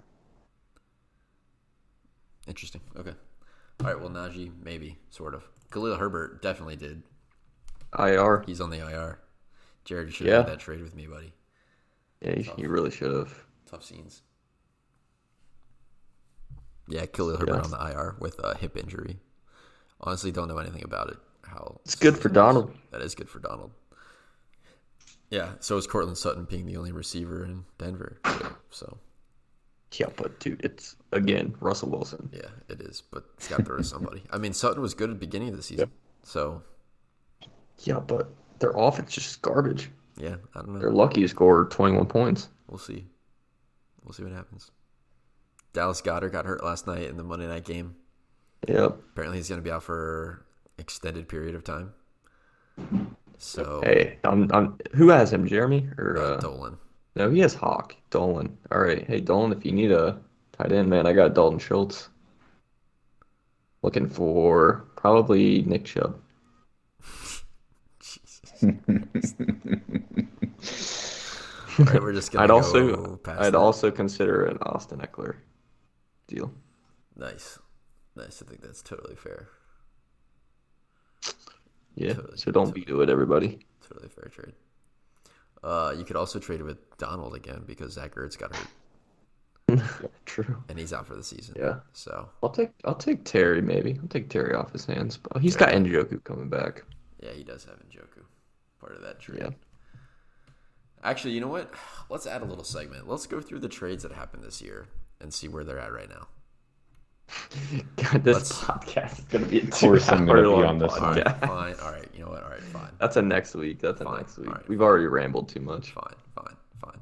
S1: Interesting. Okay. All right. Well, Najee, maybe, sort of. Khalil Herbert definitely did.
S3: IR.
S1: He's on the IR. Jared, you should have
S3: Yeah.
S1: made that trade with me, buddy.
S3: Yeah, he, he really should have.
S1: Tough scenes. Yeah, Khalil Herbert
S3: Yeah.
S1: on the IR with a hip injury. Honestly, don't know anything about it. How
S3: It's good for Donald.
S1: that is good for Donald. Yeah. So is Cortland Sutton being the only receiver in Denver. too. So
S3: Yeah, but dude, it's again Russell Wilson.
S1: yeah, it is. But it's got to throw to somebody. I mean, Sutton was good at the beginning of the season. So
S3: Yeah, but their offense is just garbage.
S1: yeah, I don't know.
S3: They're lucky to score 21 points.
S1: We'll see. We'll see what happens. Dallas Goddard got hurt last night in the Monday night game.
S3: Yep.
S1: Apparently, he's going to be out for extended period of time. So
S3: Hey, I'm, I'm, who has him, Jeremy or
S1: uh,
S3: uh,
S1: Dolan,
S3: no? He has Hawk Dolan. All right, hey Dolan, if you need a tight end, man, I got Dalton Schultz. Looking for probably Nick Chubb.
S1: All right, we're just going
S3: I'd
S1: to
S3: also
S1: past
S3: I'd
S1: that.
S3: also consider an Austin Eckler deal.
S1: nice, nice. I think that's totally fair.
S3: Yeah.
S1: Totally,
S3: So don't be to it, everybody.
S1: Totally fair trade. Uh, you could also trade with Donald again because Zach Ertz got hurt
S3: True.
S1: and he's out for the season.
S3: Yeah.
S1: So
S3: I'll take I'll take Terry maybe. I'll take Terry off his hands. But he's got Njoku coming back.
S1: yeah, he does have Njoku, part of that trade.
S3: Yeah.
S1: Actually, you know what? Let's add a little segment. Let's go through the trades that happened this year and see where they're at right now.
S3: God, this
S1: Let's-
S3: podcast is gonna be a
S2: Of course I'm gonna be
S3: two-hour-long
S2: on this
S1: All right,
S3: podcast.
S1: fine. All right. You know what? All right, fine.
S3: That's a next week. That's a
S1: Fine,
S3: next week.
S1: alright.
S3: We've already rambled too much.
S1: Fine, fine, fine,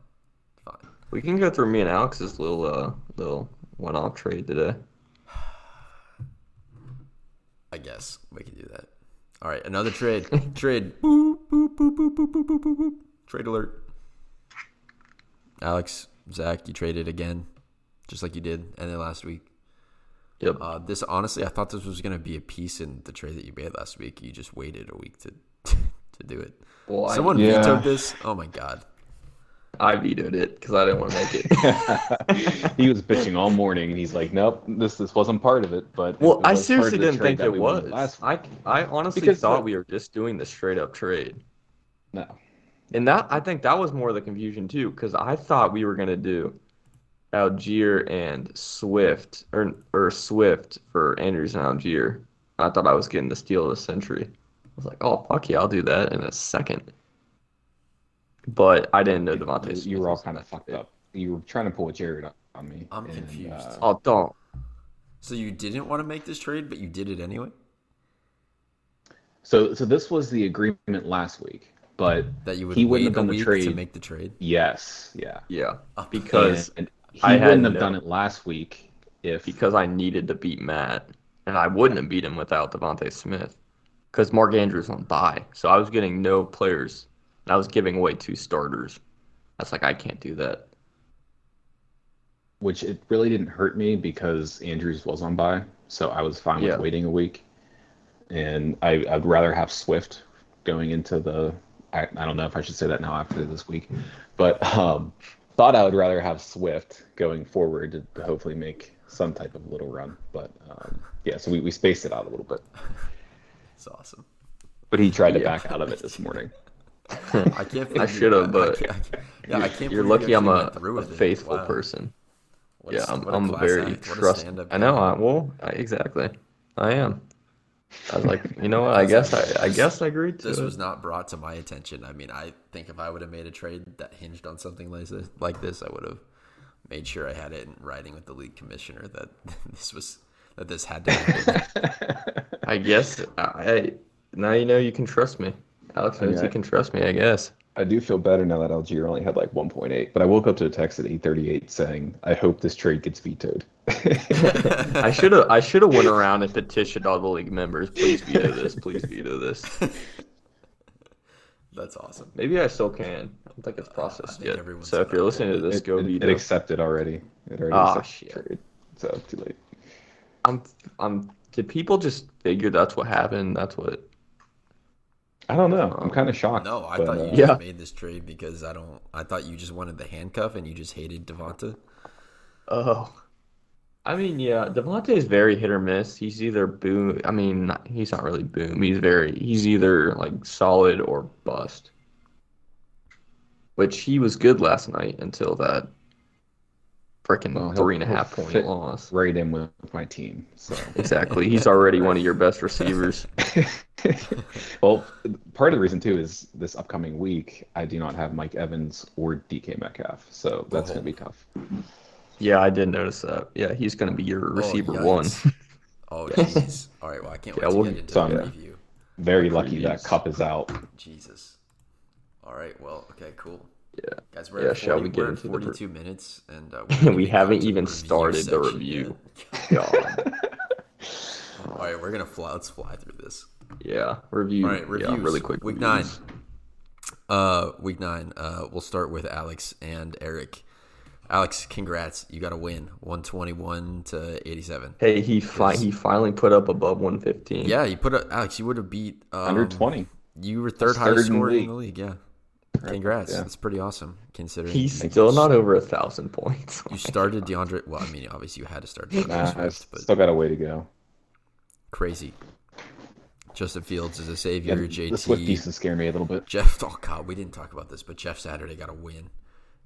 S1: fine.
S3: We can go through me and Alex's little uh little one off trade today.
S1: I guess we can do that. All right, another trade. trade. Boop, boop, boop, boop, boop, boop, boop, boop, boop. Trade alert. Alex, Zach, you traded again, just like you did, and then last week.
S3: Yep.
S1: Uh, this honestly, I thought this was going to be a piece in the trade that you made last week. You just waited a week to to do it.
S3: Well, I-
S1: Someone
S2: Yeah.
S1: vetoed this. Oh my god.
S3: I vetoed it because I didn't want to make it.
S2: he was bitching all morning, and he's like, "Nope, this this wasn't part of it." But it
S3: well,
S2: was part
S3: I
S2: of
S3: seriously
S2: the
S3: didn't
S2: trade
S3: think
S2: that
S3: it
S2: we won
S3: was.
S2: Last
S3: I I honestly
S2: Because
S3: thought
S2: the-
S3: we were just doing the straight up trade.
S2: no,
S3: And that I think that was more of the confusion too, because I thought we were gonna do Algier and Swift or or Swift for Andrews and Algier. I thought I was getting the steal of the century. I was like, oh fuck yeah, I'll do that in a second. But I didn't know Devontae.
S2: you,
S3: Smith
S2: you were all
S3: was
S2: kind of
S3: that
S2: fucked
S3: good.
S2: up. You were trying to pull a Jared up on me.
S1: I'm
S2: and,
S1: confused.
S2: uh,
S3: Oh, don't.
S1: So you didn't want to make this trade, but you did it anyway.
S2: so so this was the agreement last week, but
S1: That you would
S2: He
S1: wait
S2: wouldn't have
S1: a
S2: done the
S1: week to
S2: trade.
S1: make the trade.
S2: yes, yeah,
S3: Yeah,
S1: Oh,
S3: because
S2: And- and he
S3: I had
S2: wouldn't have
S3: no-
S2: done it last week if
S3: because I needed to beat Matt, and I wouldn't have beat him without Devontae Smith, because Mark Andrews went by. So I was getting no players, and I was giving away two starters. I was like, I can't do that.
S2: which it really didn't hurt me because Andrews was on by, so I was fine
S3: Yeah.
S2: with waiting a week. And I, I'd rather have Swift going into the I, I don't know if I should say that now after this week, but um, thought I would rather have Swift going forward to, to hopefully make some type of little run. But um, yeah, so we, we spaced it out a little bit.
S1: It's awesome.
S2: But he tried to back out of it this morning.
S1: I can't. believe you-
S3: should've,
S1: I- I
S3: but
S1: can't- I can't- yeah, I can't.
S3: You're
S1: believe
S3: lucky
S1: you
S3: I'm
S1: actually
S3: a,
S1: went through
S3: a
S1: with it.
S3: faithful
S1: Wow.
S3: person.
S1: What a-
S3: Yeah, I'm,
S1: what a
S3: I'm a
S1: class
S3: very
S1: act. What a
S3: trust.
S1: stand-up
S3: I know.
S1: guy.
S3: I well, I, exactly. I am. I was like, you know what? I guess I, I guess I agreed to
S1: This
S3: it.
S1: was not brought to my attention. I mean, I think if I would have made a trade that hinged on something like this, like this, I would have made sure I had it in writing with the league commissioner that this was that this had to happen.
S3: I guess I, I now you know you can trust me,
S1: Oh,
S3: Alex. Knows
S2: Okay.
S3: you can trust me. I guess.
S2: I do feel better now that Algier only had like 1.8, but I woke up to a text at 8:38 saying, "I hope this trade gets vetoed."
S3: I should have. I should have went around and petitioned all the league members. Please veto this. Please veto this.
S1: That's awesome.
S3: Maybe I still can. I don't think it's processed
S1: think
S3: yet.
S1: everyone's
S3: So if you're listening to this,
S2: it,
S3: go
S2: it- it,
S3: veto.
S2: accepted already. It already
S3: Ah,
S2: accepted
S3: shit.
S2: the trade. So too late.
S3: I'm. I'm. Did people just figure that's what happened? That's what.
S2: I don't know.
S3: Oh.
S2: I'm kind of shocked.
S1: No, I
S2: but,
S1: thought you
S2: uh,
S1: just
S3: Yeah.
S1: made this trade because I don't. I thought you just wanted the handcuff and you just hated Devonta.
S3: Oh. I mean, yeah, Devontae is very hit or miss. He's either boom. I mean, not- he's not really boom. He's very. He's either like solid or bust. Which he was good last night until that freaking
S2: Well, he'll-
S3: three and a
S2: he'll
S3: half point
S2: fit-
S3: loss.
S2: right in with my team. So
S3: Exactly. He's already one of your best receivers.
S2: well, part of the reason too is this upcoming week I do not have Mike Evans or DK Metcalf, so that's
S1: Oh.
S2: gonna be tough.
S3: Yeah, I did notice that. Yeah, he's going to be your receiver
S1: Oh, yikes.
S3: one.
S1: Oh jeez. All right. Well, I can't
S3: Yeah,
S1: wait to
S3: we'll
S1: get
S3: get
S1: into
S2: some.
S1: the preview.
S2: Very lucky that
S3: Previews.
S2: Cup is out.
S1: Jesus. All right. Well. Okay. Cool.
S3: Yeah.
S1: Guys, we're
S3: Yeah,
S1: at 40,
S3: shall we get
S1: we're at
S3: into the pre-
S1: 42 minutes, and uh,
S3: We
S1: we're gonna
S3: haven't
S1: get to
S3: even
S1: the review
S3: started the
S1: section
S3: review.
S1: yet.
S3: God.
S1: All right, we're gonna fly. Let's fly through this.
S3: Yeah. Review.
S1: All right, reviews.
S3: Yeah, really quick.
S1: Week
S3: reviews.
S1: nine. Uh, week nine. Uh, we'll start with Alex and Eric. Alex, congrats! You got a win, 121 to 87.
S3: Hey, he fi- he finally put up above 115.
S1: Yeah, you put a, Alex. You would have beat um,
S2: 120.
S1: You were third
S2: Third
S1: highest
S2: in the
S1: scorer in the league. Yeah, congrats.
S2: Yeah.
S1: That's pretty awesome considering
S3: He's still not over a thousand points.
S1: you started DeAndre. Well, I mean, obviously you had to start DeAndre
S2: Nah, I've
S1: Swift, but
S2: still got a way to go.
S1: crazy. Justin Fields is a
S2: Yeah,
S1: savior.
S2: the
S1: JT
S2: Swifties scare me a little bit.
S1: Jeff, oh god, we didn't talk about this, but Jeff Saturday got a win.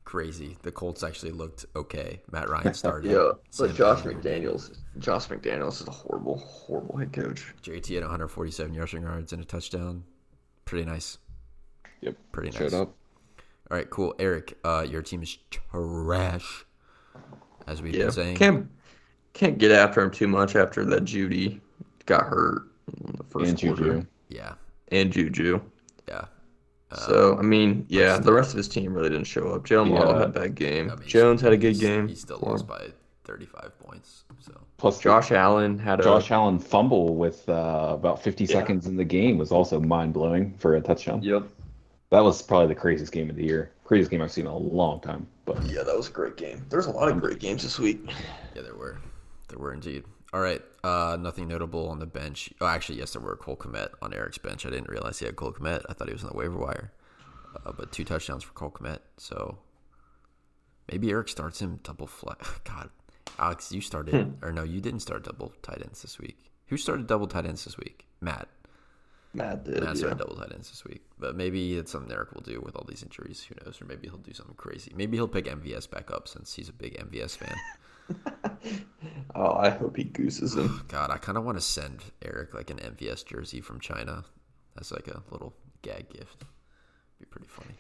S1: Crazy. The Colts actually looked okay. Matt Ryan started.
S3: Yeah,
S1: Sam
S3: but Josh
S1: Darnold.
S3: McDaniels, Josh McDaniels is a horrible, horrible head coach.
S1: JT at 147 rushing yards and a touchdown. Pretty nice.
S2: Yep.
S1: Pretty nice.
S2: Showed up.
S1: All right, cool. Eric, uh, your team is trash, as we've
S3: Yeah,
S1: been saying.
S3: can't can't get after him too much after that. Judy got hurt in the first
S2: And
S3: quarter,
S2: Juju.
S1: Yeah,
S3: and Juju.
S1: yeah.
S3: so I mean, yeah, Um, the rest of his team really didn't show up. Jalen Waddle
S2: Yeah.
S3: had a bad game.
S1: I mean,
S3: Jones had a good
S1: he's-
S3: game.
S1: He still lost by 35 points. So
S2: Plus, Josh
S3: Josh Allen had a
S2: Josh Allen fumble with uh, about 50 seconds in the game was also mind blowing for a touchdown.
S3: Yep.
S2: That was probably the craziest game of the year. Craziest game I've seen in a long time. But
S3: Yeah, that was a great game. There's a lot of great games this week.
S1: yeah, there were, there were indeed. All right, uh, nothing notable on the bench. Oh, actually, yes, there were Cole Komet on Eric's bench. I didn't realize he had Cole Komet. I thought he was on the waiver wire. Uh, but two touchdowns for Cole Komet. So maybe Eric starts him double flat. God, Alex, you started or no, you didn't start double tight ends this week. Who started double tight ends this week? Matt.
S3: Matt did.
S1: Matt
S3: yeah.
S1: started double tight ends this week. But maybe it's something Eric will do with all these injuries. Who knows? Or maybe he'll do something crazy. Maybe he'll pick MVS back up since he's a big MVS fan.
S3: Oh, I hope he gooses him.
S1: God, I kind of want to send Eric like an MVS jersey from China as like a little gag gift. Be pretty funny.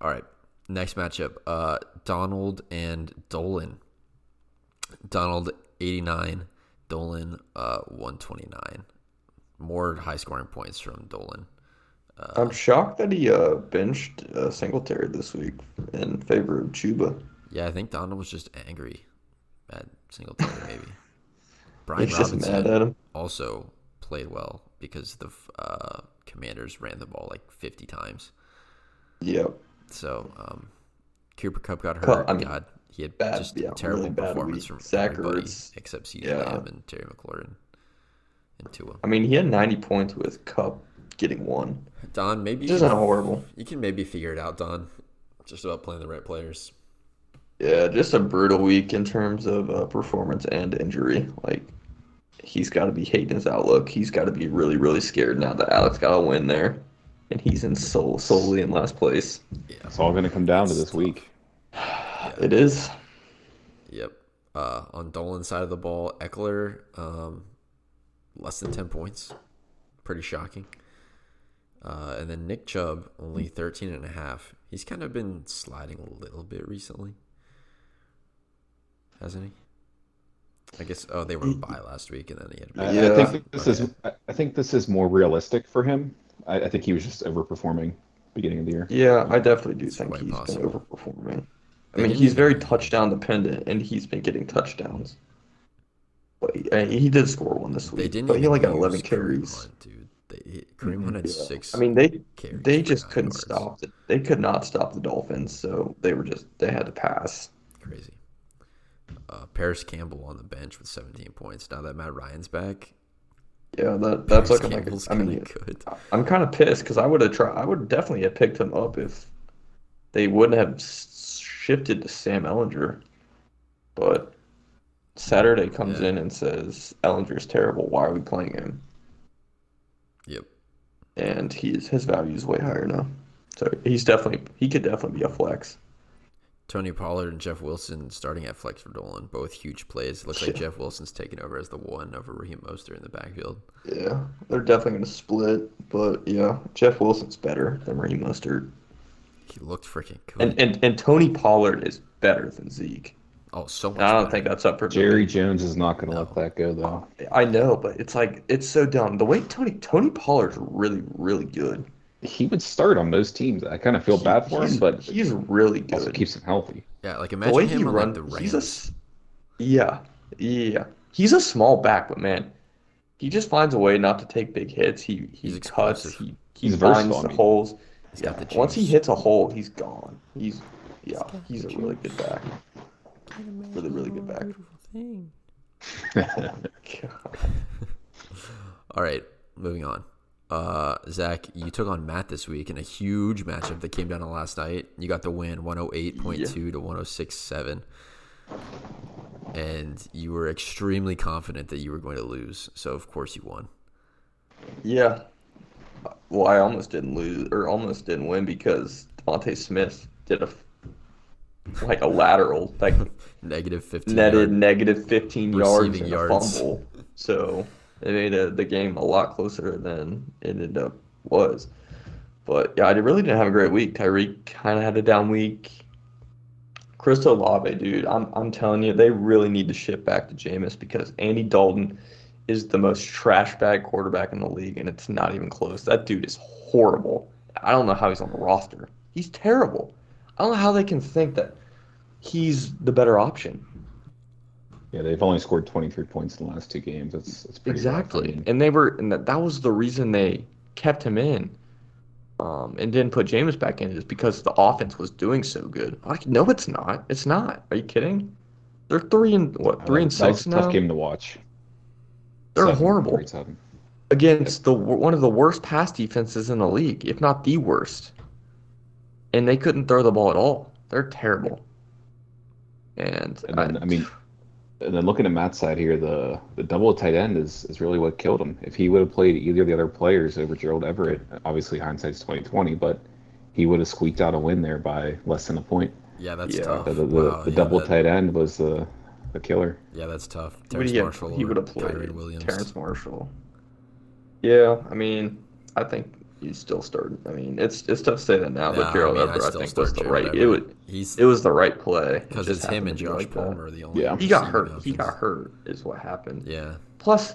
S1: All right, next matchup: uh, Donald and Dolan. Donald eighty nine, Dolan uh, one twenty nine. More high scoring points from Dolan.
S3: I'm shocked that he uh, benched uh, Singletary this week in favor of Chuba.
S1: Yeah, I think Donald was just angry at Singletary. Maybe Brian
S3: He's just mad
S1: Robinson
S3: at him.
S1: also played well because the uh, Commanders ran the ball like fifty times.
S3: Yep.
S1: So um, Cooper Cup got
S3: Cup,
S1: hurt.
S3: I mean,
S1: God, he had
S3: bad-
S1: just
S3: yeah,
S1: terrible
S3: really bad
S1: performance
S3: week.
S1: from
S3: Zach
S1: everybody
S3: Ertz,
S1: except CeeDee
S3: yeah.
S1: Lamb and Terry McLaurin and Tua.
S3: I mean, he had 90 points with Cup getting one.
S1: Don, maybe
S3: Which isn't horrible.
S1: you can maybe figure it out, Don. Just about playing the right players.
S3: Yeah, just a brutal week in terms of uh, performance and injury. Like, he's got to be hating his outlook. He's got to be really, really scared now that Alex got a win there, and he's in sole, solely in last place.
S2: It's all going to come down to this week.
S3: It is.
S1: Yep. Uh, on Dolan's side of the ball, Eckler, um, less than 10 points. Pretty shocking. Uh, and then Nick Chubb, only 13 and a half. He's kind of been sliding a little bit recently. Hasn't he? I guess, oh, they were on bye last week, and then he had a
S2: I,
S1: big-
S2: I
S3: Yeah.
S2: think this is. I I think this is more realistic for him. I, I think he was just overperforming beginning of the year.
S3: Yeah, I definitely do
S1: It's
S3: think
S1: quite
S3: he's
S1: possible.
S3: been overperforming. I
S1: They
S3: mean,
S1: didn't
S3: he's
S1: even-
S3: very touchdown dependent, and he's been getting touchdowns. But he, I- he did score one this
S1: They
S3: week,
S1: didn't
S3: but he
S1: even
S3: only got
S1: use
S3: 11
S1: Kareem
S3: carries.
S1: Hunt, dude. They, he- Kareem Hunt had
S3: Yeah.
S1: six.
S3: I mean, they
S1: carries
S3: they
S1: for
S3: just
S1: nine
S3: couldn't
S1: yards.
S3: stop the, they could not stop the Dolphins, so they were just they had to pass.
S1: Crazy. Uh, Paris Campbell on the bench with 17 points. Now that Matt Ryan's back,
S3: Yeah, that that's
S1: Paris
S3: looking like
S1: Campbell's
S3: I
S1: kinda
S3: mean,
S1: good.
S3: I'm kind of pissed because I would have tried. I would definitely have picked him up if they wouldn't have s- shifted to Sam Ellinger. But Saturday comes
S1: Yeah.
S3: in and says Ellinger's terrible. Why are we playing him?
S1: Yep.
S3: And he's his value is way higher now. So he's definitely he could definitely be a flex.
S1: Tony Pollard and Jeff Wilson starting at flex for Dolan, both huge plays. It looks like
S3: Yeah.
S1: Jeff Wilson's taken over as the one over Raheem Mostert in the backfield.
S3: Yeah, they're definitely going to split. But yeah, Jeff Wilson's better than Raheem Mustard,
S1: He looked freaking good.
S3: and and and Tony Pollard is better than Zeke.
S1: oh, so much.
S3: And I don't
S1: better.
S3: think that's up for debate.
S2: Jerry Jones is not going to let that go though.
S3: I know, but it's like it's so dumb. The way Tony Tony Pollard's really, really good.
S2: He would start on most teams. I kind of feel bad for him,
S3: He's-
S2: but
S3: he's really
S2: also
S3: good.
S2: keeps him healthy.
S1: Yeah, like
S3: the
S1: imagine
S3: way
S1: him
S3: he
S1: on
S3: runs,
S1: like, the
S3: he's
S1: Rams.
S3: a s- yeah, yeah. He's a small back, but man, he just finds a way not to take big hits. He he
S1: He's
S3: cuts.
S1: explosive.
S3: He he
S2: He's
S3: finds
S2: versatile, I
S3: the
S2: mean.
S3: holes.
S1: He's
S3: Yeah.
S1: got the
S3: Once he
S1: juice.
S3: hits a hole, he's gone. He's yeah. He's a really good back. Really, really good back. God.
S1: All right, moving on. Uh, Zach, you took on Matt this week in a huge matchup that came down to last night. You got the win, one hundred eight point two to one hundred six seven, and you were extremely confident that you were going to lose. So of course you won.
S3: Yeah. Well, I almost didn't lose or almost didn't win because Devontae Smith did a like a lateral like
S1: Negative fifteen.
S3: netted
S1: yard-
S3: negative 15 yards
S1: Receiving
S3: and
S1: yards.
S3: a fumble. So it made uh the game a lot closer than it ended up was. But yeah, I really didn't have a great week. Tyreek kind of had a down week. Chris Olave, dude, I'm I'm telling you, they really need to shift back to Jameis because Andy Dalton is the most trash bag quarterback in the league, and it's not even close. That dude is horrible. I don't know how he's on the roster. He's terrible. I don't know how they can think that he's the better option.
S2: Yeah, they've only scored 23 points in the last two games. That's that's pretty rough. I
S3: Exactly.
S2: mean,
S3: And they were and that, that was the reason they kept him in. Um, and didn't put James back in is because the offense was doing so good. Like, no, it's not. It's not. Are you kidding? They're three and what, three and
S2: that was
S3: six
S2: a tough
S3: now?
S2: game to watch.
S3: They're
S2: Seven,
S3: horrible
S2: grade seven.
S3: against the one of the worst pass defenses in the league, if not the worst. And they couldn't throw the ball at all. They're terrible. And,
S2: And then, I mean, and then looking at Matt's side here, the the double tight end is is really what killed him. If he would have played either of the other players over Gerald Everett, obviously hindsight's 2020, but he would have squeaked out a win there by less than a point.
S1: Yeah, that's
S3: Yeah.
S1: tough.
S2: The, the, the,
S1: Wow,
S2: the
S1: yeah,
S2: double
S1: that-
S2: tight end was the the killer.
S1: Yeah, that's tough.
S3: Would
S1: Terrence
S3: he have-
S1: Marshall.
S3: he
S1: or
S3: would have played
S1: Tyrod Williams.
S3: Terrence Marshall. Yeah, I mean, I think you still started. I mean, it's it's tough to say that now,
S1: Nah,
S3: but Gerald
S1: I mean, I
S3: Everett, I,
S1: still
S3: think, was
S1: start
S3: the
S1: Gerald
S3: right. It
S1: Everett.
S3: was
S1: He's
S3: it was the right play. It
S1: because
S3: just
S1: it's him
S3: happened
S1: and
S3: to be
S1: Josh
S3: like that.
S1: Palmer are the only.
S2: Yeah.
S3: He got
S1: receiving
S3: hurt. He got
S1: options.
S3: hurt is what happened.
S1: Yeah,
S3: Plus,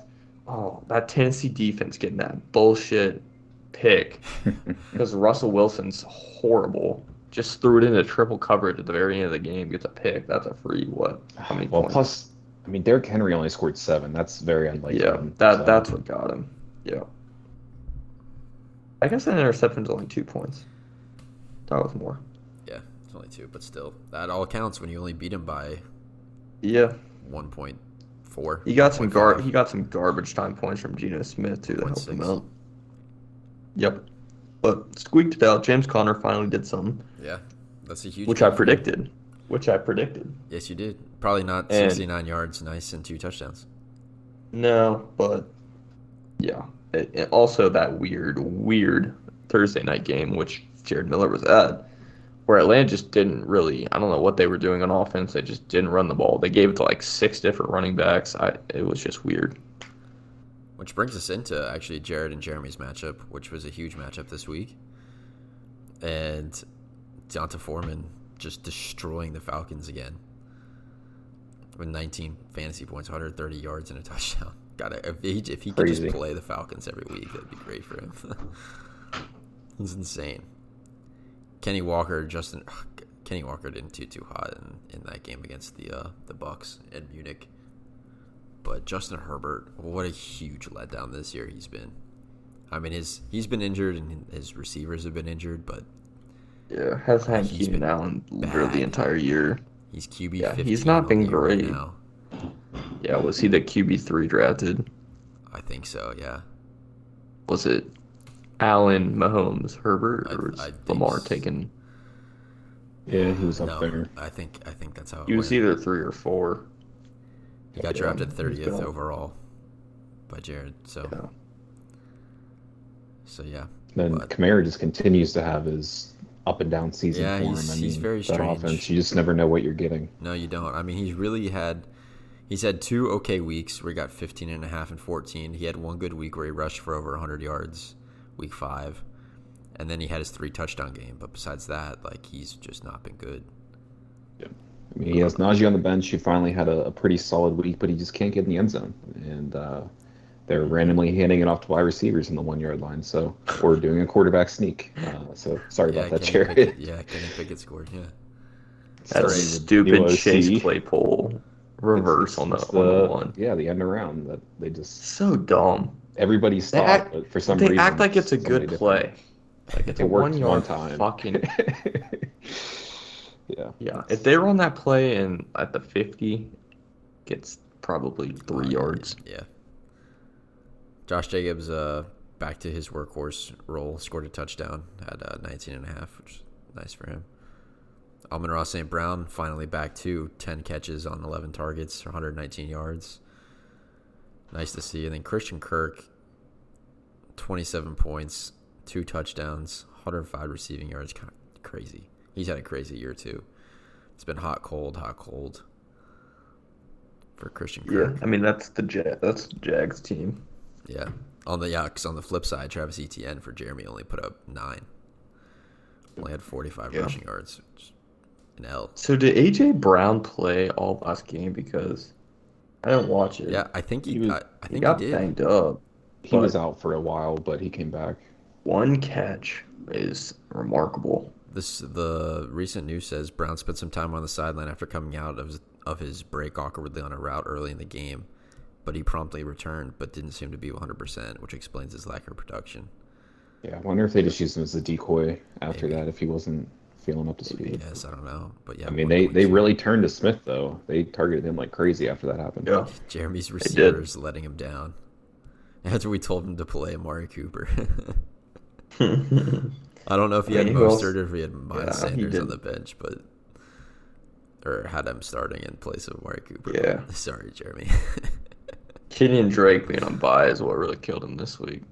S3: oh, that Tennessee defense getting that bullshit pick because Russell Wilson's horrible. Just threw it into triple coverage at the very end of the game. Gets a pick. That's a free what? How many
S2: Well,
S3: points?
S2: plus, I mean, Derrick Henry only scored seven. That's very unlikely.
S3: yeah, that that's what got him. um, Yeah. I guess an interception's only two points. That was more.
S1: yeah, it's only two, but still, that all counts when you only beat him by
S3: Yeah,
S1: one point four.
S3: he got some gar he got some garbage time points from Geno Smith too that helped him
S1: 1.6.
S3: out. Yep. But squeaked it out. James Conner finally did something,
S1: Yeah, that's a huge.
S3: which I
S1: win.
S3: predicted. Which I predicted.
S1: Yes, you did. Probably not
S3: And-
S1: 69 yards, nice, and two touchdowns.
S3: No, but yeah. It, it- also, that weird, weird Thursday night game, which Jared Miller was at, where Atlanta just didn't really. I don't know what they were doing on offense. They just didn't run the ball. They gave it to like six different running backs. I, it was just weird.
S1: Which brings us into actually Jared and Jeremy's matchup, which was a huge matchup this week. And Deonta Foreman just destroying the Falcons again with 19 fantasy points, 130 yards, and a touchdown. Got to if he, if he could just
S2: Crazy.
S1: play the Falcons every week, that'd be great for him. He's insane. Kenny Walker, Justin Kenny Walker didn't do too hot in, in that game against the uh, the Bucks in Munich. But Justin Herbert, what a huge letdown this year he's been. I mean, his he's been injured and his receivers have been injured, but
S3: Yeah, has had
S1: He's
S3: Keenan
S1: been
S3: Allen literally
S1: bad.
S3: the entire year.
S1: he's QB.
S3: Yeah,
S1: 15
S3: he's not
S1: all
S3: been
S1: year right
S3: great.
S1: now.
S3: Yeah, was he the QB three drafted?
S1: I think so. Yeah,
S3: Was it Allen, Mahomes, Herbert,
S1: I-
S3: or was
S1: I think
S3: Lamar
S1: s-
S3: taken?
S2: Yeah, he was up
S1: no,
S2: there.
S1: I think I think that's how it
S3: He was
S1: went.
S3: either three or four.
S1: He got drafted
S3: He's
S1: thirtieth
S3: gone.
S1: overall by Jared. So
S3: Yeah.
S1: so yeah,
S2: Then
S1: But-
S2: Kamara just continues to have his up and down season
S1: Yeah,
S2: for him.
S1: he's-
S2: I
S1: he's
S2: mean,
S1: very
S2: that
S1: strange.
S2: offense, you just never know what you're getting.
S1: No, you don't. I mean, he's really had he's had two okay weeks where he got 15 and a half and 14. He had one good week where he rushed for over 100 yards week 5. And then he had his three touchdown game, but besides that, like he's just not been good.
S2: I mean, he has Najee on the bench. He finally had a, a pretty solid week, but he just can't get in the end zone. And uh, they're randomly handing it off to wide receivers in the one yard line. So we're doing a quarterback sneak. Uh, so sorry about that,
S1: Kenny
S2: Jared.
S1: Pickett, yeah, Kenny Pickett scored. Yeah.
S2: Sorry,
S3: That
S2: the new
S3: stupid
S2: OC.
S3: Chase Claypool
S2: It's-
S3: reverse
S2: uh,
S3: on the,
S2: it's
S3: on the one.
S2: Yeah, the end around that they just
S3: So dumb.
S2: everybody
S3: They act-
S2: stopped, but for some
S3: they
S2: reason
S3: act like it's a
S2: somebody
S3: good
S2: different-
S3: play. Like it's
S2: It
S3: a
S2: worked
S3: one
S2: one
S3: yard
S2: time.
S3: fucking
S2: yeah.
S3: yeah. If they run that play and at the fifty, gets probably three
S1: Uh,
S3: yards.
S1: Yeah. Josh Jacobs uh back to his workhorse role, scored a touchdown, had uh, 19 and a half, which is nice for him. Amon Ross St. Brown finally back to 10 catches on 11 targets, 119 yards. Nice to see. And then Christian Kirk, 27 points, two touchdowns, 105 receiving yards. Kind of crazy. He's had a crazy year, too. It's been hot, cold, hot, cold for Christian Kirk.
S3: Yeah, I mean that's the ja- that's the Jags team.
S1: Yeah. On the yeah, 'cause on the flip side, Travis Etienne for Jeremy only put up nine. Only had forty five
S3: Yeah.
S1: rushing yards. which is An L.
S3: So did AJ Brown play all last game because I didn't watch it.
S1: Yeah, I think he,
S2: He was-
S1: I, I
S3: he
S1: think he,
S3: got
S1: did.
S3: banged up.
S2: He
S3: But-
S2: was out for a while, but he came back.
S3: One catch is remarkable.
S1: This the recent news says Brown spent some time on the sideline after coming out of his, of his break awkwardly on a route early in the game, but he promptly returned but didn't seem to be one hundred percent, which explains his lack of production.
S2: Yeah, I wonder if they just used him as a decoy after that if he wasn't feeling up to speed.
S1: Yes, I don't know, but yeah.
S2: I mean, they, they
S1: 1.2.
S2: really turned to Smith though. They targeted him like crazy after that happened.
S3: Yeah.
S1: Jeremy's
S3: did.
S1: receivers letting him down after we told him to play Amari Cooper. I don't know if he
S3: I
S1: had
S3: mean, who else-
S1: Mostert or if he had Miles
S3: Yeah, he
S1: Sanders on
S3: didn't.
S1: the bench, but or had him starting in place of Amari Cooper.
S3: Yeah.
S1: Sorry, Jeremy.
S3: Kenyon Drake being on bye is what really killed him this week.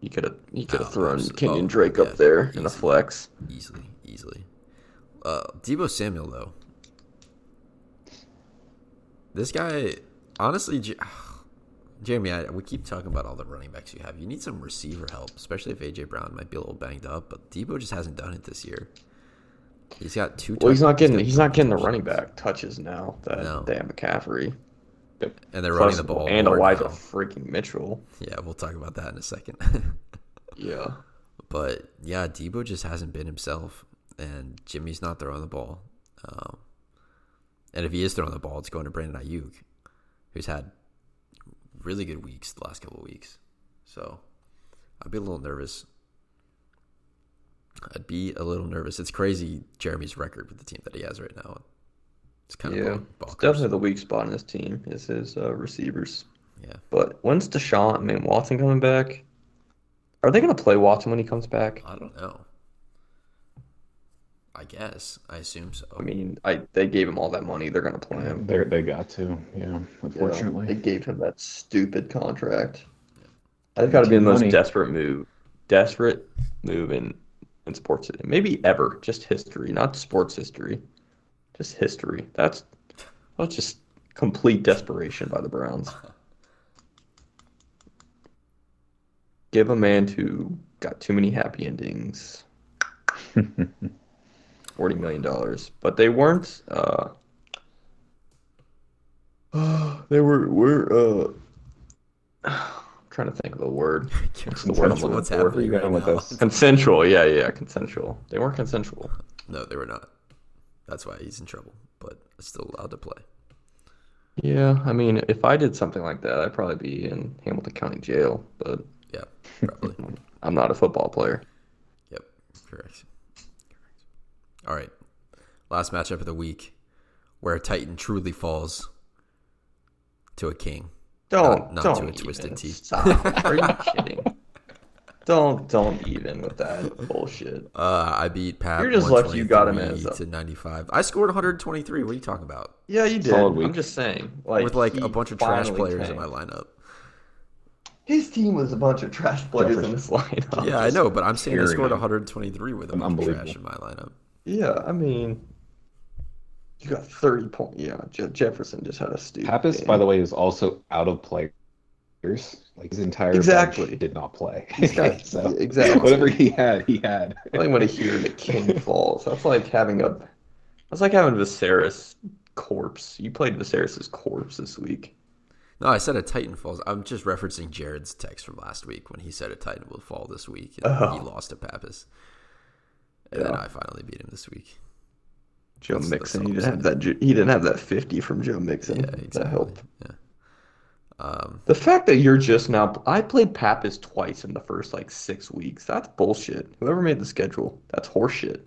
S3: He could have he could
S1: Oh,
S3: have thrown
S1: abso-
S3: Kenyon
S1: oh,
S3: Drake
S1: yeah,
S3: up there in a
S1: easy.
S3: flex.
S1: easily, easily. Uh, Debo Samuel though, this guy honestly, J- Jeremy, I, we keep talking about all the running backs you have. You need some receiver help, especially if AJ Brown might be a little banged up. But Debo just hasn't done it this year. He's got two.
S3: Well, he's
S1: touch-
S3: not getting
S1: got
S3: he's not
S1: two
S3: getting the
S1: touchdowns.
S3: running back touches now that
S1: No.
S3: they have McCaffrey
S1: and they're running
S3: Plus-
S1: the ball
S3: and
S1: more
S3: Elijah
S1: now.
S3: freaking Mitchell.
S1: Yeah, we'll talk about that in a second.
S3: Yeah.
S1: but yeah, Debo just hasn't been himself, and Jimmy's not throwing the ball. Um, and if he is throwing the ball, it's going to Brandon Ayuk, who's had really good weeks the last couple of weeks. So I'd be a little nervous. I'd be a little nervous. It's crazy Jeremy's record with the team that he has right now. It's kind of
S3: yeah.
S1: bon-
S3: It's
S1: bonkers.
S3: definitely the weak spot in this team is his uh, receivers.
S1: yeah.
S3: But when's Deshaun I mean Watson coming back? Are they going to play Watson when he comes back?
S1: I don't know. I guess. I assume so.
S3: I mean, I they gave him all that money. They're going to play him.
S2: They they got to. Yeah,
S3: You know,
S2: unfortunately.
S3: they gave him that stupid contract. That's got to be the most
S2: Money.
S3: desperate move, desperate move in in sports, maybe ever. Just history, not sports history, just history. That's that's just complete desperation by the Browns. Give a man who got too many happy endings. Forty million dollars, but they weren't. Uh, they were were. Uh, I'm trying to think of the word. What's the word I'm
S2: Consensual.
S3: looking
S1: What's
S3: for?
S2: Where are
S1: happening
S2: you
S1: right
S2: going with
S1: now?
S2: this?
S3: Consensual, yeah, yeah, consensual. They weren't consensual.
S1: No, they were not. That's why he's in trouble, but still allowed to play.
S3: Yeah, I mean, if I did something like that, I'd probably be in Hamilton County Jail, but
S1: Yeah, probably.
S3: I'm not a football player.
S1: Yep, correct. correct. All right, last matchup of the week, where a Titan truly falls to a king.
S3: Don't,
S1: not to
S3: don't
S1: a
S3: even.
S1: twisted tea.
S3: Stop. Are you kidding? Don't, don't even with that bullshit.
S1: Uh, I beat Pat.
S3: You're just lucky you got him as
S1: 123
S3: a-
S1: to 95. I scored 123. What are you talking about?
S3: Yeah, you did.
S2: Solid
S3: I'm
S2: week.
S3: just saying, like
S1: With like
S3: he
S1: a bunch of trash
S3: finally
S1: players in my
S3: tanked.
S1: lineup.
S3: His team was a bunch of trash players in
S2: Jefferson.
S3: his lineup.
S1: Yeah, I know, but I'm saying I
S2: tearing
S1: scored
S2: him.
S1: 123 with a
S2: I'm
S1: bunch of trash
S2: unbelievable.
S1: in my lineup.
S3: Yeah, I mean, you got 30 points. Yeah, Je- Jefferson just had a stupid.
S2: Pappas, by the way, is also out of players. Like his entire bench
S3: Exactly.
S2: did not play.
S3: He's got-
S2: So,
S3: exactly.
S2: Whatever he had, he had.
S3: I think when a hero the king falls, that's like having a that's like having Viserys corpse. You played Viserys' corpse this week.
S1: No, I said a Titan falls. I'm just referencing Jared's text from last week when he said a Titan will fall this week, and
S3: Oh.
S1: he lost to Pappas. And then
S3: Yeah.
S1: I finally beat him this week.
S3: Joe
S1: That's- that's
S3: Mixon.
S1: all
S3: He
S1: I'm
S3: didn't have that. ju- He didn't have that fifty from Joe Mixon.
S1: Yeah,
S3: That
S1: exactly.
S3: helped.
S1: Yeah. Um,
S3: The fact that you're just now. I played Pappas twice in the first like six weeks. That's bullshit. Whoever made the schedule, that's horseshit.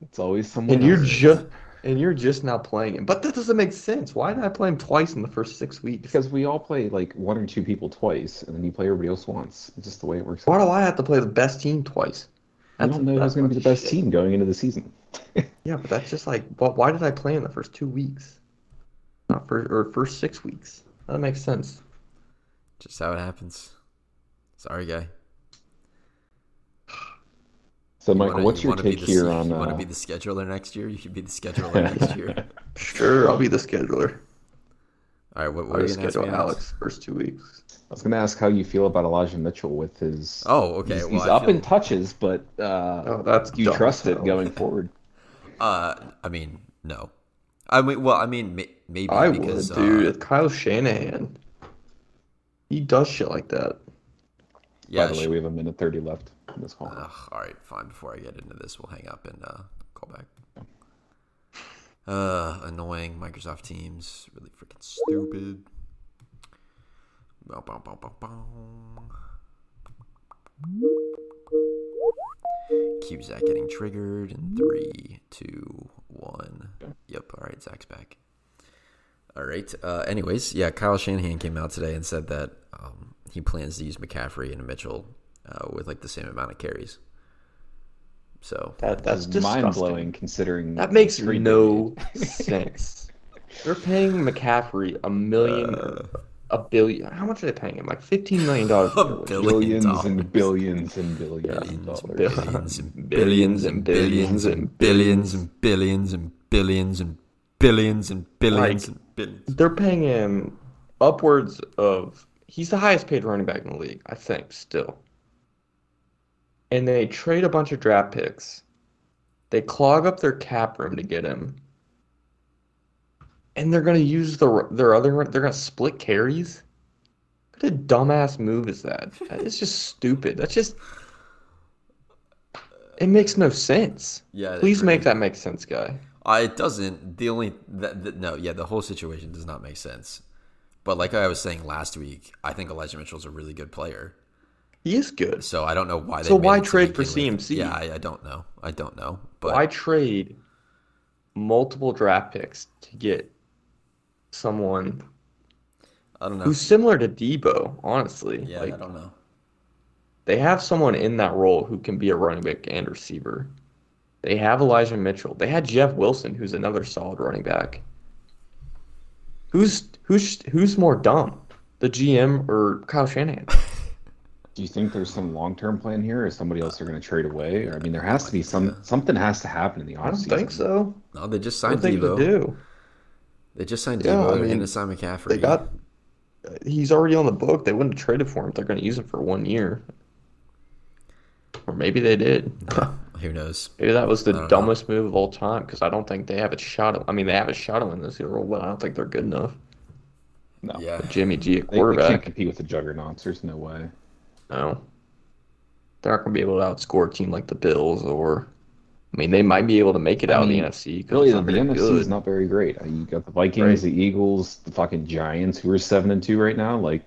S2: It's always someone.
S3: And you're
S2: else.
S3: just and you're just now playing him. But that doesn't make sense. Why did I play him twice in the first six weeks?
S2: because we all play like one or two people twice, and then you play everybody else once. It's just the way it works.
S3: Why
S2: out.
S3: do I have to play the best team twice?
S2: I don't know who's going to be the best
S3: team.
S2: team going into the season.
S3: Yeah, but that's just like, wh- why did I play in the first two weeks? Not for or first six weeks. That makes sense.
S1: just how it happens. Sorry, guy.
S2: So, Michael,
S1: Wanna-
S2: what's your
S1: wanna be
S2: take
S1: the-
S2: here on?
S1: You want to
S2: uh,
S1: be the scheduler next year? You should be the scheduler next year.
S3: Sure, I'll be the scheduler.
S1: All right, what, what are
S3: I'll
S1: you
S3: just
S1: going to ask me
S3: schedule
S1: next?
S3: Alex first two weeks.
S2: I was going to ask how you feel about Elijah Mitchell with his.
S1: Oh, okay.
S2: he's,
S1: well,
S2: he's
S1: I
S2: up
S1: feel-
S2: in touches, but uh,
S3: Oh, that's
S2: you
S3: dumb.
S2: trust it going forward.
S1: Uh, I mean, no. I mean, well, I mean, may- maybe
S3: I
S1: because
S3: would, dude.
S1: Uh,
S3: It's Kyle Shanahan. He does shit like that.
S1: yeah. Uh,
S2: By the way,
S1: sh-
S2: we have a minute thirty left in this call.
S1: Ugh, all right, fine. Before I get into this, we'll hang up and uh, call back. Uh, annoying Microsoft Teams, really freaking stupid. Bow, bow, bow, bow, bow. Cue Zach getting triggered in three, two, one. Yep. All right, Zach's back. All right. Uh, anyways, yeah, Kyle Shanahan came out today and said that um, he plans to use McCaffrey and Mitchell uh, with like the same amount of carries. So
S3: That that's
S2: It's mind blowing
S3: disgusting.
S2: considering
S3: That makes
S2: the trade
S3: no sense. They're paying McCaffrey a million, a billion. How much are they paying him? Like fifteen million dollars.
S1: Uh. A
S3: year, which-
S1: billion.
S2: billions
S1: dollars.
S2: and billions and billions of
S1: billions,
S2: dollars.
S1: billions and billions and billions and billions and billions and billions and billions and billions and billions.
S3: They're paying him upwards of he's the highest paid running back in the league, I think, still. And they trade a bunch of draft picks. They clog up their cap room to get him. And they're gonna use the their other they're gonna split carries. What a dumbass move is that? That is just stupid. That's just it makes no sense.
S1: Yeah, I
S3: Please
S1: agree.
S3: make that make sense, guy.
S1: Uh, it doesn't. The only that, that no, yeah, the whole situation does not make sense. But like I was saying last week, I think Elijah Mitchell's a really good player.
S3: He is good.
S1: So I don't know why they.
S3: So
S1: made
S3: why
S1: it to
S3: trade for
S1: begin with.
S3: CMC?
S1: Yeah, I, I don't know. I don't know. But
S3: why trade multiple draft picks to get someone
S1: I don't know.
S3: who's similar to Debo, honestly.
S1: yeah,
S3: like
S1: I don't know.
S3: they have someone in that role who can be a running back and receiver. They have Elijah Mitchell. They had Jeff Wilson, who's another solid running back. Who's who's who's more dumb, the GM or Kyle Shanahan?
S2: Do you think there's some long-term plan here? Is somebody else they're going to trade away? Or I mean, there has to be some something has to happen in the
S3: I don't
S2: offseason.
S3: think so.
S1: No, they just
S3: I don't
S1: signed
S3: think they
S1: Debo.
S3: do.
S1: They just signed
S3: Yeah,
S1: Debo
S3: I mean,
S1: and Asai McCaffrey.
S3: They got. uh, He's already on the book. They wouldn't have traded for him. if They're going to use him for one year, or maybe they did.
S1: Who knows?
S3: Maybe that was
S1: don't
S3: the
S1: know.
S3: dumbest move of all time because I don't think they have a shot. At, I mean, they have a shot at winning this year, but I don't think they're good enough.
S2: No.
S1: Yeah,
S3: Jimmy G, a
S2: They, they can't
S3: quarterback,
S2: compete with the juggernauts. There's no way.
S3: no, they're not going to be able to outscore a team like the Bills or. I mean, they might be able to make it
S2: I
S3: out
S2: mean,
S3: of the NFC. 'cause
S2: Really,
S3: it's
S2: the,
S3: not
S2: the
S3: very
S2: NFC is
S3: good.
S2: not very great. Uh, You got the Vikings,
S3: Right.
S2: the Eagles, the fucking Giants, who are seven and two right now. Like,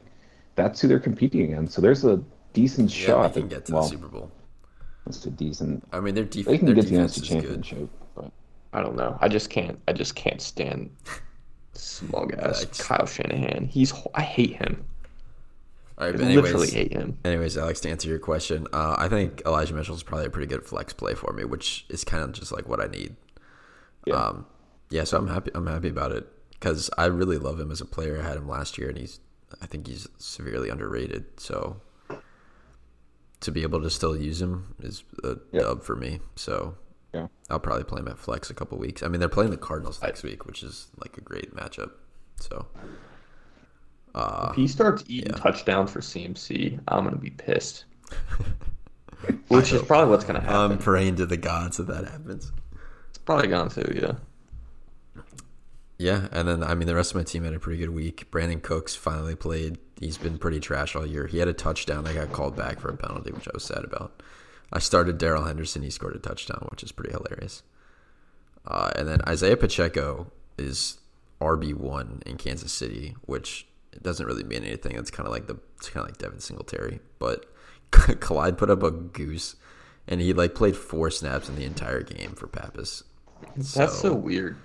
S2: that's who they're competing against. So there's a decent
S1: yeah,
S2: shot.
S1: they can
S2: that-
S1: get to
S2: well,
S1: the Super Bowl.
S2: that's a decent.
S1: I mean, their, def- their
S2: They can get the
S1: defense
S2: NFC
S1: is good.
S2: championship, but
S3: I don't know. I just can't. I just can't stand smug ass
S1: Yikes.
S3: Kyle Shanahan. He's. ho- I hate him.
S1: All right,
S3: I
S1: but
S3: literally
S1: anyways,
S3: hate him.
S1: anyways, Alex, to answer your question, uh, I think Elijah Mitchell's probably a pretty good flex play for me, which is kind of just like what I need.
S2: Yeah.
S1: Um, yeah, so I'm happy. I'm happy about it because I really love him as a player. I had him last year, and he's. I think he's severely underrated. So to be able to still use him is a
S2: Yeah.
S1: dub for me. So
S2: Yeah.
S1: I'll probably play him at flex a couple weeks. I mean, they're playing the Cardinals next week, which is like a great matchup. So
S3: If he starts eating touchdowns for CMC, I'm gonna be pissed. Which is probably what's gonna happen.
S1: I'm praying to the gods that that happens.
S3: it's probably gone to, yeah.
S1: Yeah, and then I mean the rest of my team had a pretty good week. Brandon Cooks finally played. He's been pretty trash all year. He had a touchdown that got called back for a penalty, which I was sad about. I started Daryl Henderson. He scored a touchdown, which is pretty hilarious. Uh, and then Isaiah Pacheco is RB one in Kansas City, which it doesn't really mean anything. It's kind of like the it's kind of like Devin Singletary, but Clyde put up a goose, and he like played four snaps in the entire game for Pappas.
S3: That's so weird.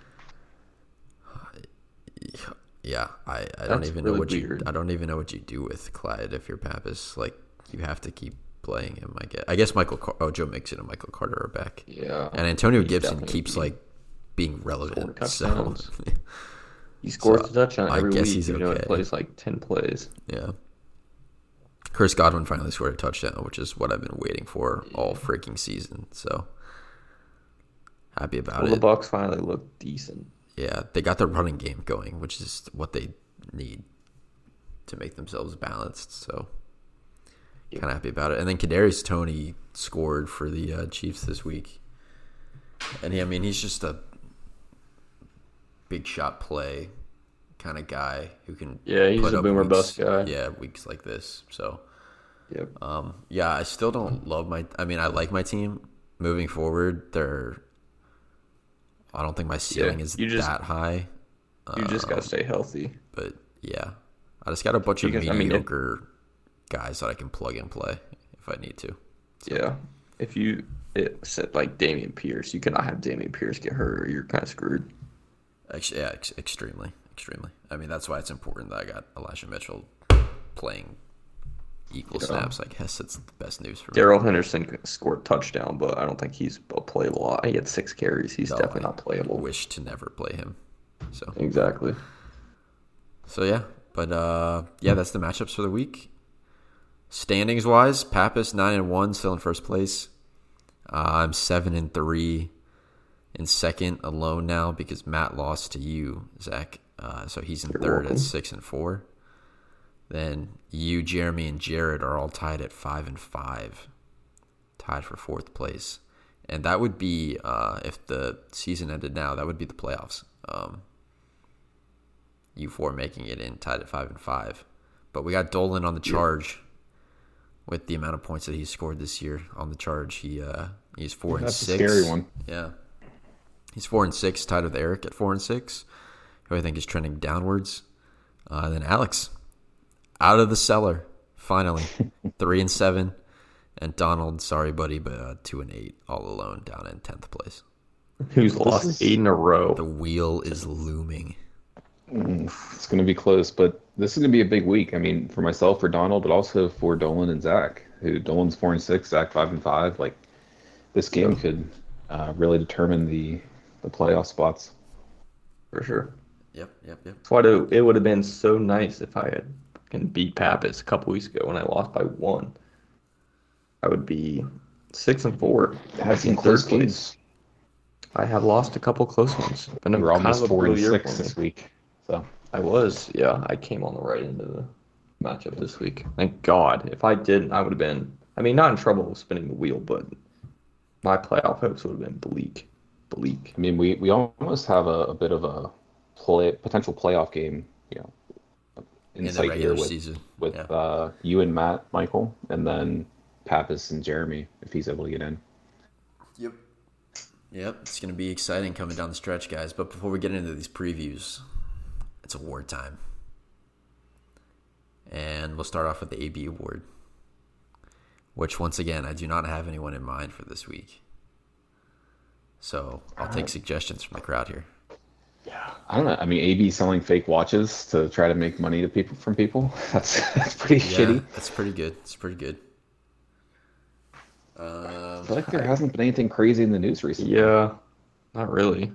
S1: Yeah, I, I don't
S3: That's
S1: even know
S3: really
S1: what
S3: weird.
S1: you I don't even know what you do with Clyde if you're Pappas. Like you have to keep playing him. I guess I guess Michael Car- oh Joe Mixon and Michael Carter are back,
S3: Yeah.
S1: and Antonio Gibson
S3: definitely
S1: keeps
S3: be-
S1: like being relevant.
S3: Scoring
S1: So
S3: touchdowns. he scores
S1: so
S3: a touchdown
S1: I
S3: every
S1: guess
S3: week.
S1: he's
S3: you know, and
S1: okay.
S3: plays like ten plays.
S1: yeah, Chris Godwin finally scored a touchdown, which is what I've been waiting for all freaking season. So happy about
S3: Well,
S1: it.
S3: the Bucks finally look decent.
S1: Yeah, they got their running game going, which is what they need to make themselves balanced. So, kind of happy about it. And then Kadarius Tony scored for the uh, Chiefs this week, and he, I mean, he's just a big shot play kind of guy who can
S3: Yeah, he's
S1: put
S3: a
S1: up
S3: boomer bust
S1: weeks-
S3: guy.
S1: Yeah, weeks like this. So,
S3: Yep.
S1: um, yeah, I still don't love my. I mean, I like my team moving forward. They're. I don't think my ceiling is
S3: you just-
S1: that high,
S3: you just
S1: Uh,
S3: gotta stay healthy.
S1: but yeah, I just got a bunch of
S3: Because, I mean, if-
S1: mediocre guys that I can plug and play if I need to.
S3: Yeah. If you it said like Damian Pierce, you cannot have Damian Pierce get hurt or you're kinda screwed.
S1: Actually, yeah, ex- extremely, extremely. I mean, that's why it's important that I got Elijah Mitchell playing equal snaps. I guess it's the best news for me.
S3: Daryl Henderson scored a touchdown, but I don't think he's a playable. lot. He had six carries. He's definitely not playable.
S1: Wish to never play him. So
S3: Exactly.
S1: So yeah, but uh, yeah, that's the matchups for the week. Standings wise, Pappas nine and one, still in first place. Uh, I'm seven and three, in second alone now because Matt lost to you, Zach. Uh, so he's in third
S3: welcome.
S1: at six and four. Then you, Jeremy, and Jared are all tied at five and five, tied for fourth place. And that would be uh, if the season ended now. That would be the playoffs. Um, you four making it in tied at five and five. But we got Dolan on the charge with the amount of points that he scored this year on the charge. He uh, he's four
S2: that's
S1: and six.
S2: a scary one.
S1: Yeah. He's four and six, tied with Eric at four and six, who I think is trending downwards. Uh, and then Alex, out of the cellar, finally, three and seven, and Donald, sorry buddy, but uh, two and eight, all alone, down in tenth place.
S3: Who's lost
S2: is-
S3: eight in a row?
S1: The wheel is looming.
S2: Mm, It's going to be close, but this is going to be a big week. I mean, for myself, for Donald, but also for Dolan and Zach. Who Dolan's four and six, Zach five and five. Like this game could uh, really determine the the playoff spots.
S3: for sure.
S1: Yep, yep, yep.
S3: That's why it it would have been so nice if I had can beat Pappas a couple weeks ago when I lost by one. I would be six and four.
S2: It has some
S3: In
S2: close
S3: third place.
S2: games.
S3: I have lost a couple close ones. Been a
S2: We're
S3: kind
S2: almost
S3: of a
S2: four and
S3: blue year
S2: six
S3: for me.
S2: this week. So
S3: I was, yeah. I came on the right end of the matchup this week. Thank God. If I didn't, I would have been. I mean, not in trouble with spinning the wheel, but my playoff hopes would have been bleak, bleak.
S2: I mean, we, we almost have a, a bit of a play potential playoff game, you know, in,
S1: In the
S2: sight here
S1: regular
S2: with,
S1: season.
S2: with
S1: yeah.
S2: uh, you and Matt, Michael, and then Pappas and Jeremy if he's able to get in.
S1: Yep. Yep. It's going to be exciting coming down the stretch, guys. But before we get into these previews, it's award time. And we'll start off with the AB award, which, once again, I do not have anyone in mind for this week. So I'll
S2: Uh-huh.
S1: take suggestions from the crowd here.
S2: I don't know. I mean, AB selling fake watches to try to make money to people from people. That's that's pretty
S1: Yeah,
S2: shitty.
S1: that's pretty good. It's pretty good.
S2: I feel like there hasn't been anything crazy in the news recently.
S3: Yeah, not really.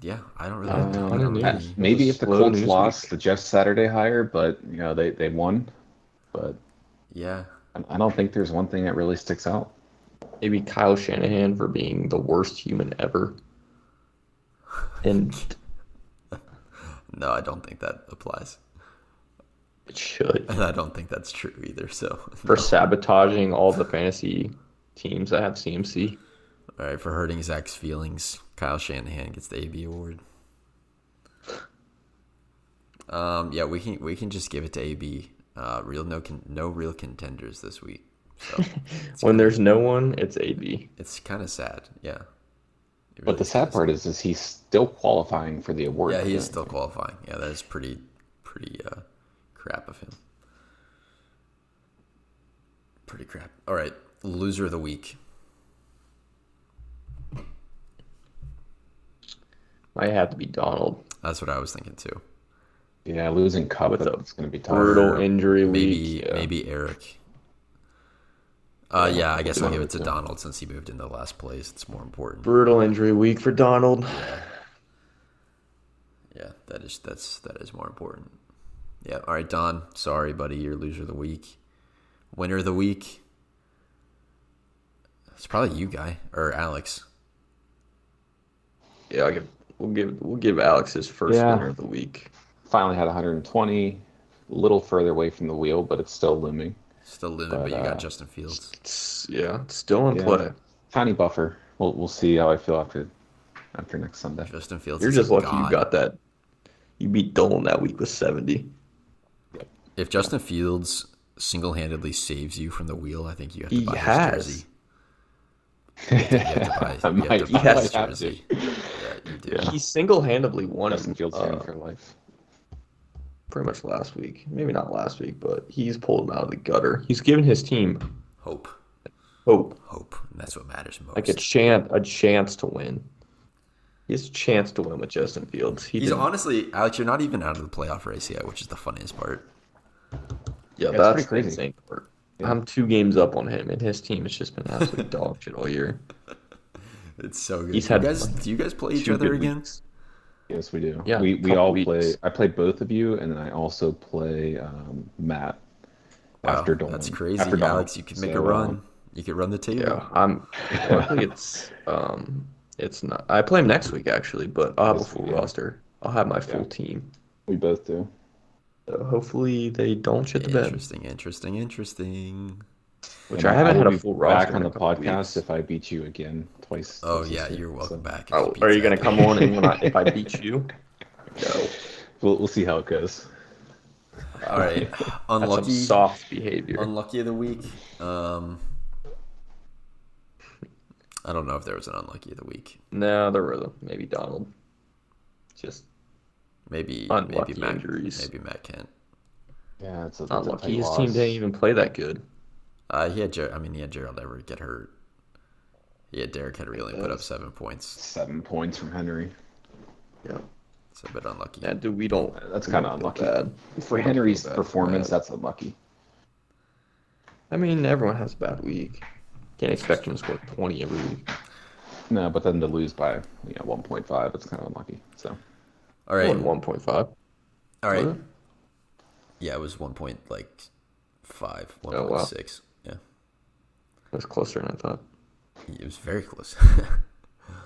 S1: Yeah, I don't really.
S2: I
S1: Have
S2: don't
S1: to-
S3: I don't
S2: know.
S3: know.
S2: Uh, Maybe if the
S3: Slow
S2: Colts
S3: news
S2: lost,
S3: week.
S2: the Jeff Saturday hire, but you know they they won. But
S1: yeah,
S2: I- I don't think there's one thing that really sticks out.
S3: Maybe Kyle Shanahan for being the worst human ever. And
S1: no, I don't think that applies,
S3: it should
S1: and I don't think that's true either. So,
S3: for sabotaging all the fantasy teams that have CMC.
S1: all right, for hurting Zach's feelings, Kyle Shanahan gets the AB award. Um, yeah, we can we can just give it to AB. Uh, real no con- no real contenders this week. So
S3: When there's no one, it's AB.
S1: it's kind of sad. Yeah, It
S2: But
S1: really
S2: the sad part is, is he's still qualifying for the award.
S1: Yeah, he is still qualifying. Yeah, that is pretty, pretty uh, crap of him. Pretty crap. All right, loser of the week.
S3: Might have to be Donald.
S1: That's what I was thinking too.
S2: Yeah, losing Cup,
S3: With a
S2: it's going to be tough.
S3: Brutal injury
S1: Maybe,
S3: week. yeah.
S1: maybe Eric. Uh, yeah, I guess I'll give it to
S2: yeah.
S1: Donald since he moved into last place. It's more important.
S3: Brutal injury week for Donald.
S1: Yeah, that is that's that is more important. Yeah. All right, Don. Sorry, buddy. You're loser of the week. Winner of the week. It's probably you, guy or Alex.
S3: Yeah, I'll give, we'll give we'll give Alex his first
S2: Yeah.
S3: winner of the week.
S2: Finally had 120, a little further away from the wheel, but it's still looming.
S1: Still living, but you got Justin Fields.
S3: It's, yeah, it's still in
S2: Yeah.
S3: play.
S2: Tiny buffer. We'll we'll see how I feel after after next Sunday.
S1: Justin Fields.
S3: You're
S1: is
S3: just
S1: a
S3: lucky
S1: god.
S3: you got that. You beat Dolan that week with 70.
S1: If Justin Fields single-handedly saves you from the wheel, I think you have to
S3: He
S1: buy
S3: has.
S1: his jersey. You have to buy, you have
S2: I might-
S1: to buy
S2: I
S1: his
S2: might have
S1: jersey. Yeah, you do.
S2: Yeah.
S3: He single-handedly won
S2: Justin
S3: him
S2: Fields
S3: uh,
S2: fan for life.
S3: pretty much last week. Maybe not last week, but he's pulled him out of the gutter. Oh, He's given his team
S1: Hope,
S3: hope,
S1: hope, and that's what matters most.
S3: like a chance, a chance to win. He has a chance to win with Justin Fields. He
S1: He's
S3: didn't-
S1: honestly, Alex. You're not even out of the playoff race yet, which is the funniest part.
S3: Yeah,
S2: That's
S3: that's
S2: pretty crazy.
S3: crazy. Insane part. I'm two games up on him, and his team has just been absolute dog shit all year.
S1: It's so good.
S3: He's
S1: do you
S3: had,
S1: guys,
S3: like,
S1: do you guys play each
S3: two
S1: other
S3: good
S1: again?
S3: weeks.
S2: Yes, we do.
S3: Yeah,
S2: we we
S3: couple
S2: all
S3: weeks.
S2: play. I play both of you, and then I also play um, Matt.
S1: Wow,
S2: after Dolan,
S1: that's crazy,
S2: After Dolan.
S1: Alex. You could make
S2: So,
S1: a
S2: um,
S1: run. You could run the table.
S3: Yeah, I'm. I think it's um, it's not. I play him next week actually, but I'll have a
S2: This
S3: full
S2: week, yeah.
S3: roster. I'll have my full
S2: Yeah.
S3: team.
S2: we both do.
S3: So hopefully they don't shit the bed,
S1: Interesting, interesting, interesting.
S3: which
S2: And
S3: I haven't had
S2: will
S3: a
S2: be
S3: full roster
S2: back
S3: in
S2: on the
S3: a couple
S2: podcast
S3: weeks.
S2: if I beat you again twice.
S1: Oh
S2: this
S1: yeah,
S2: season.
S1: you're welcome
S2: So
S1: back.
S3: Oh, are you gonna
S1: Pizza.
S3: come on and when I, if I beat you? No,
S2: We'll we'll see how it goes.
S1: All right,
S3: that's
S1: unlucky.
S3: some soft behavior.
S1: Unlucky of the week. Um, I don't know if there was an unlucky of the week.
S3: no, there were maybe Donald. Just
S1: Maybe
S3: Unlucky
S1: maybe Matt,
S3: injuries.
S1: Maybe Matt Kent.
S2: Yeah, it's a, it's a
S3: not lucky.
S2: tight
S3: His
S2: loss.
S3: team didn't even play that good.
S1: Uh, he had. Ger- I mean, he had Gerald Everett get hurt. Yeah, Derek Henry only put up seven points.
S2: Seven points from Henry.
S3: Yeah.
S1: It's a bit unlucky.
S3: Yeah, dude, we don't.
S2: That's
S3: we
S2: kind of
S3: don't feel
S2: unlucky.
S3: Bad.
S2: For Henry's
S3: bad,
S2: performance,
S3: bad.
S2: that's unlucky.
S3: I mean, everyone has a bad week. Can't expect him to score 20 every week.
S2: No, but then to lose by you know 1.5, it's kind of unlucky. So
S1: All right,
S3: Well, 1.5.
S1: all right.
S3: was it?
S1: Yeah, it was one point like five, one
S3: Oh, wow.
S1: point six.
S3: That's closer than I thought.
S1: Yeah, it was very close.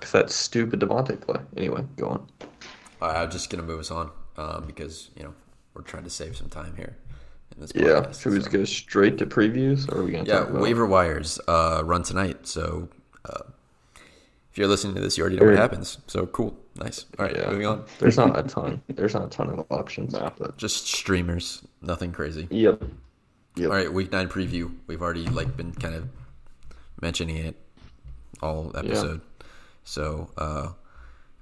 S3: Because that stupid Devontae play. Anyway, go on.
S1: All right, I'm just gonna move us on um, because you know we're trying to save some time here in this.
S3: Yeah,
S1: podcast,
S3: should we
S1: so.
S3: just go straight to previews, or are we gonna?
S1: Yeah,
S3: talk about
S1: waiver wires uh, run tonight. So uh, if you're listening to this, you already know what
S3: There-
S1: happens. So cool, nice. All right,
S3: Yeah.
S1: moving on.
S3: There's not a ton. There's not a ton of options.
S2: No.
S3: But...
S1: Just streamers, nothing crazy.
S3: Yep.
S1: All right, week nine preview. We've already like been kind of mentioning it all episode. So uh,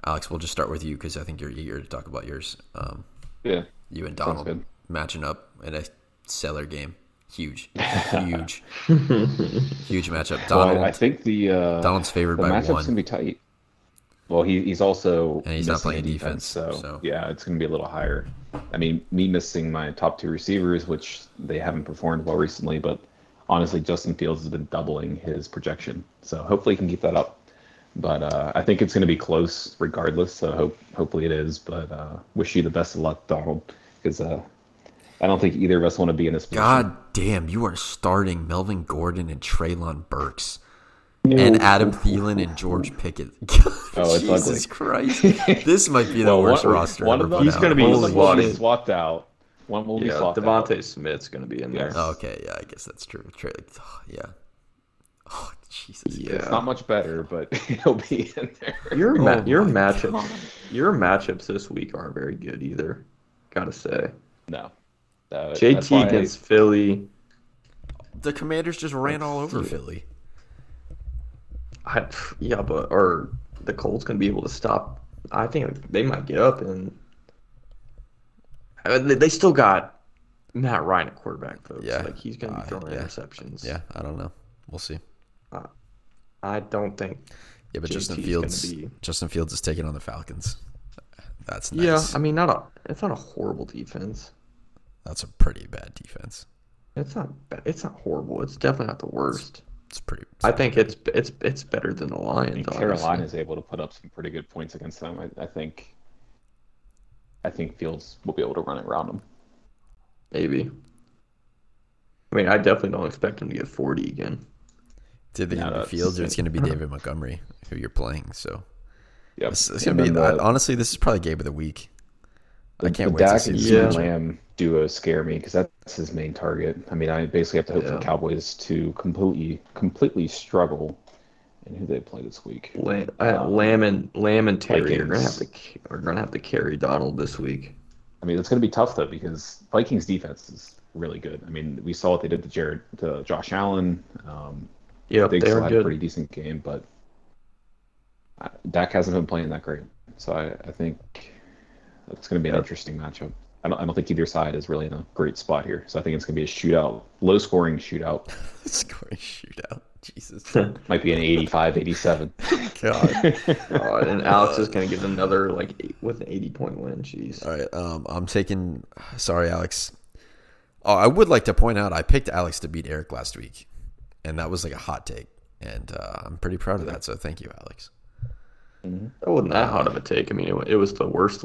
S1: Alex, we'll just start with you because I think you're eager to talk about yours. Um,
S2: yeah,
S1: you and
S2: Sounds
S1: Donald
S2: good.
S1: matching up in a cellar game. Huge, huge, huge matchup. Donald,
S2: well, I think the uh,
S1: Donald's favored
S2: the
S1: by
S2: matchup's
S1: one.
S2: gonna be tight. Well, he, he's also
S1: And he's not
S2: missing
S1: playing
S2: a defense,
S1: defense,
S2: so,
S1: so-
S2: yeah, it's gonna be a little higher. I mean, me missing my top two receivers, which they haven't performed well recently, but honestly, Justin Fields has been doubling his projection, so hopefully he can keep that up. But uh, I think it's gonna be close regardless. So hope hopefully it is. But uh, wish you the best of luck, Donald, because uh, I don't think either of us want to be in this. position.
S1: God damn, you are starting Melvin Gordon and Traylon Burks. And Adam Thielen and George Pickett.
S2: Oh, it's
S1: Jesus
S2: ugly.
S1: Christ. This might be Oh, the
S2: Well,
S1: worst
S2: one-
S1: roster.
S2: One of
S1: ever
S2: them,
S1: put
S3: He's
S1: out.
S3: gonna be
S2: one of them will be
S3: slotted.
S2: swapped out. One will be
S3: Yeah,
S2: swapped out.
S3: Devontae Smith's gonna be in there.
S2: Yes.
S1: Oh, okay, yeah, I guess that's true. Tra- yeah. Oh, Jesus.
S3: Yeah.
S2: It's not much better, but he'll be in there.
S3: Your ma-
S1: Oh
S3: your
S1: my
S3: matchup your matchups this week aren't very good either. Gotta say,
S2: No. Uh, that's
S3: JT
S2: why-
S3: against Philly.
S1: The Commanders just ran all over
S3: see it.
S1: Philly.
S3: I, yeah, but are the Colts gonna be able to stop? I think they might get up and I mean, they, they still got Matt Ryan at quarterback, folks.
S1: Yeah.
S3: like he's gonna be
S1: Uh,
S3: throwing
S1: yeah.
S3: interceptions.
S1: Yeah, I don't know. We'll see.
S3: I don't think.
S1: Yeah, but
S3: JT
S1: Justin
S3: is
S1: Fields
S3: gonna be-
S1: Justin Fields is taking on the Falcons. That's nice.
S3: Yeah, I mean, not a. It's not a horrible defense.
S1: That's a pretty bad defense.
S3: It's not. ba- It's not horrible. It's definitely not the worst.
S1: It's pretty
S3: I think it's it's it's better than the
S2: I
S3: Lions.
S2: think
S3: honestly.
S2: Carolina's able to put up some pretty good points against them. I, I think. I think Fields will be able to run it around them.
S3: Maybe. I mean, I definitely don't expect him to get 40 again.
S1: Did the
S2: No,
S1: Andrew
S2: that's
S1: Fields or
S2: insane.
S1: it's going to be David Montgomery who you're playing. So
S2: Yep.
S1: this, is going
S2: And
S1: to be
S2: then the-
S1: I- honestly this is probably game of the week.
S2: The,
S1: I can't
S2: the
S1: wait to
S2: Dak
S1: see
S2: and
S1: this
S3: Yeah.
S2: CeeDee Lamb duo scare me because that's his main target. I mean, I basically have to hope for
S3: Yeah.
S2: the Cowboys to completely, completely struggle in who they play this week.
S3: Lam, uh, Lam and Lam and Terry are gonna have
S2: Vikings.
S3: to ca- are gonna have to carry Donald this week.
S2: I mean, it's going to be tough though because Vikings defense is really good. I mean, we saw what they did to Jared, to Josh Allen. Um,
S3: Yeah,
S2: Diggs
S3: they
S2: still
S3: are
S2: had a
S3: good.
S2: pretty decent game, but uh, Dak hasn't been playing that great. So I, I think it's going to be an
S3: Yeah.
S2: interesting matchup. I don't, I don't think either side is really in a great spot here. So I think it's going to be a shootout, low scoring shootout.
S1: Scoring shootout. Jesus.
S2: Might be an 85 87.
S1: God.
S3: God, and Alex is gonna get another like eight, with an 80 point win. Jeez.
S1: All right. Um, I'm taking. Sorry, Alex. Oh, I would like to point out I picked Alex to beat Eric last week, and that was like a hot take, and uh, I'm pretty proud of that. So thank you, Alex.
S3: That wasn't that hot of a take. I mean, it, wa- it was the worst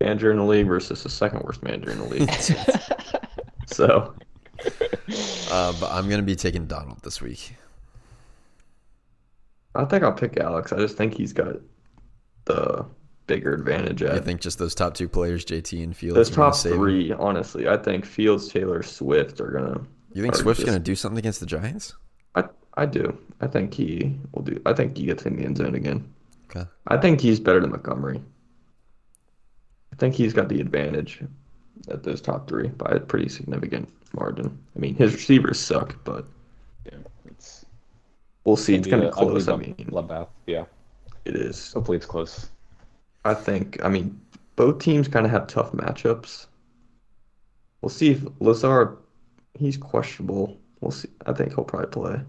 S3: manager in the league versus the second worst manager in the league. so
S1: Uh, but I'm gonna be taking Donald this week.
S3: I think I'll pick Alex. I just think he's got the bigger advantage.
S1: I
S3: At
S1: think just those top two players, JT and Fields.
S3: Those
S1: are gonna
S3: top
S1: save him.
S3: three, honestly, I think Fields, Taylor, Swift are gonna.
S1: You think
S3: are
S1: Swift's
S3: just-
S1: gonna do something against the Giants?
S3: I I do. I think he will do. I think he gets in the end zone again.
S1: Okay.
S3: I think he's better than Montgomery. I think he's got the advantage at those top three by a pretty significant margin. I mean, his receivers suck, but
S2: Yeah, it's
S3: we'll see. It's
S2: gonna
S3: gonna
S2: be
S3: be
S2: a ugly
S3: close. I
S2: blood-
S3: mean,
S2: bloodbath. Yeah,
S3: it is.
S2: hopefully it's close.
S3: I think. I mean, both teams kind of have tough matchups. We'll see if Lazard. He's questionable. We'll see. I think he'll probably play.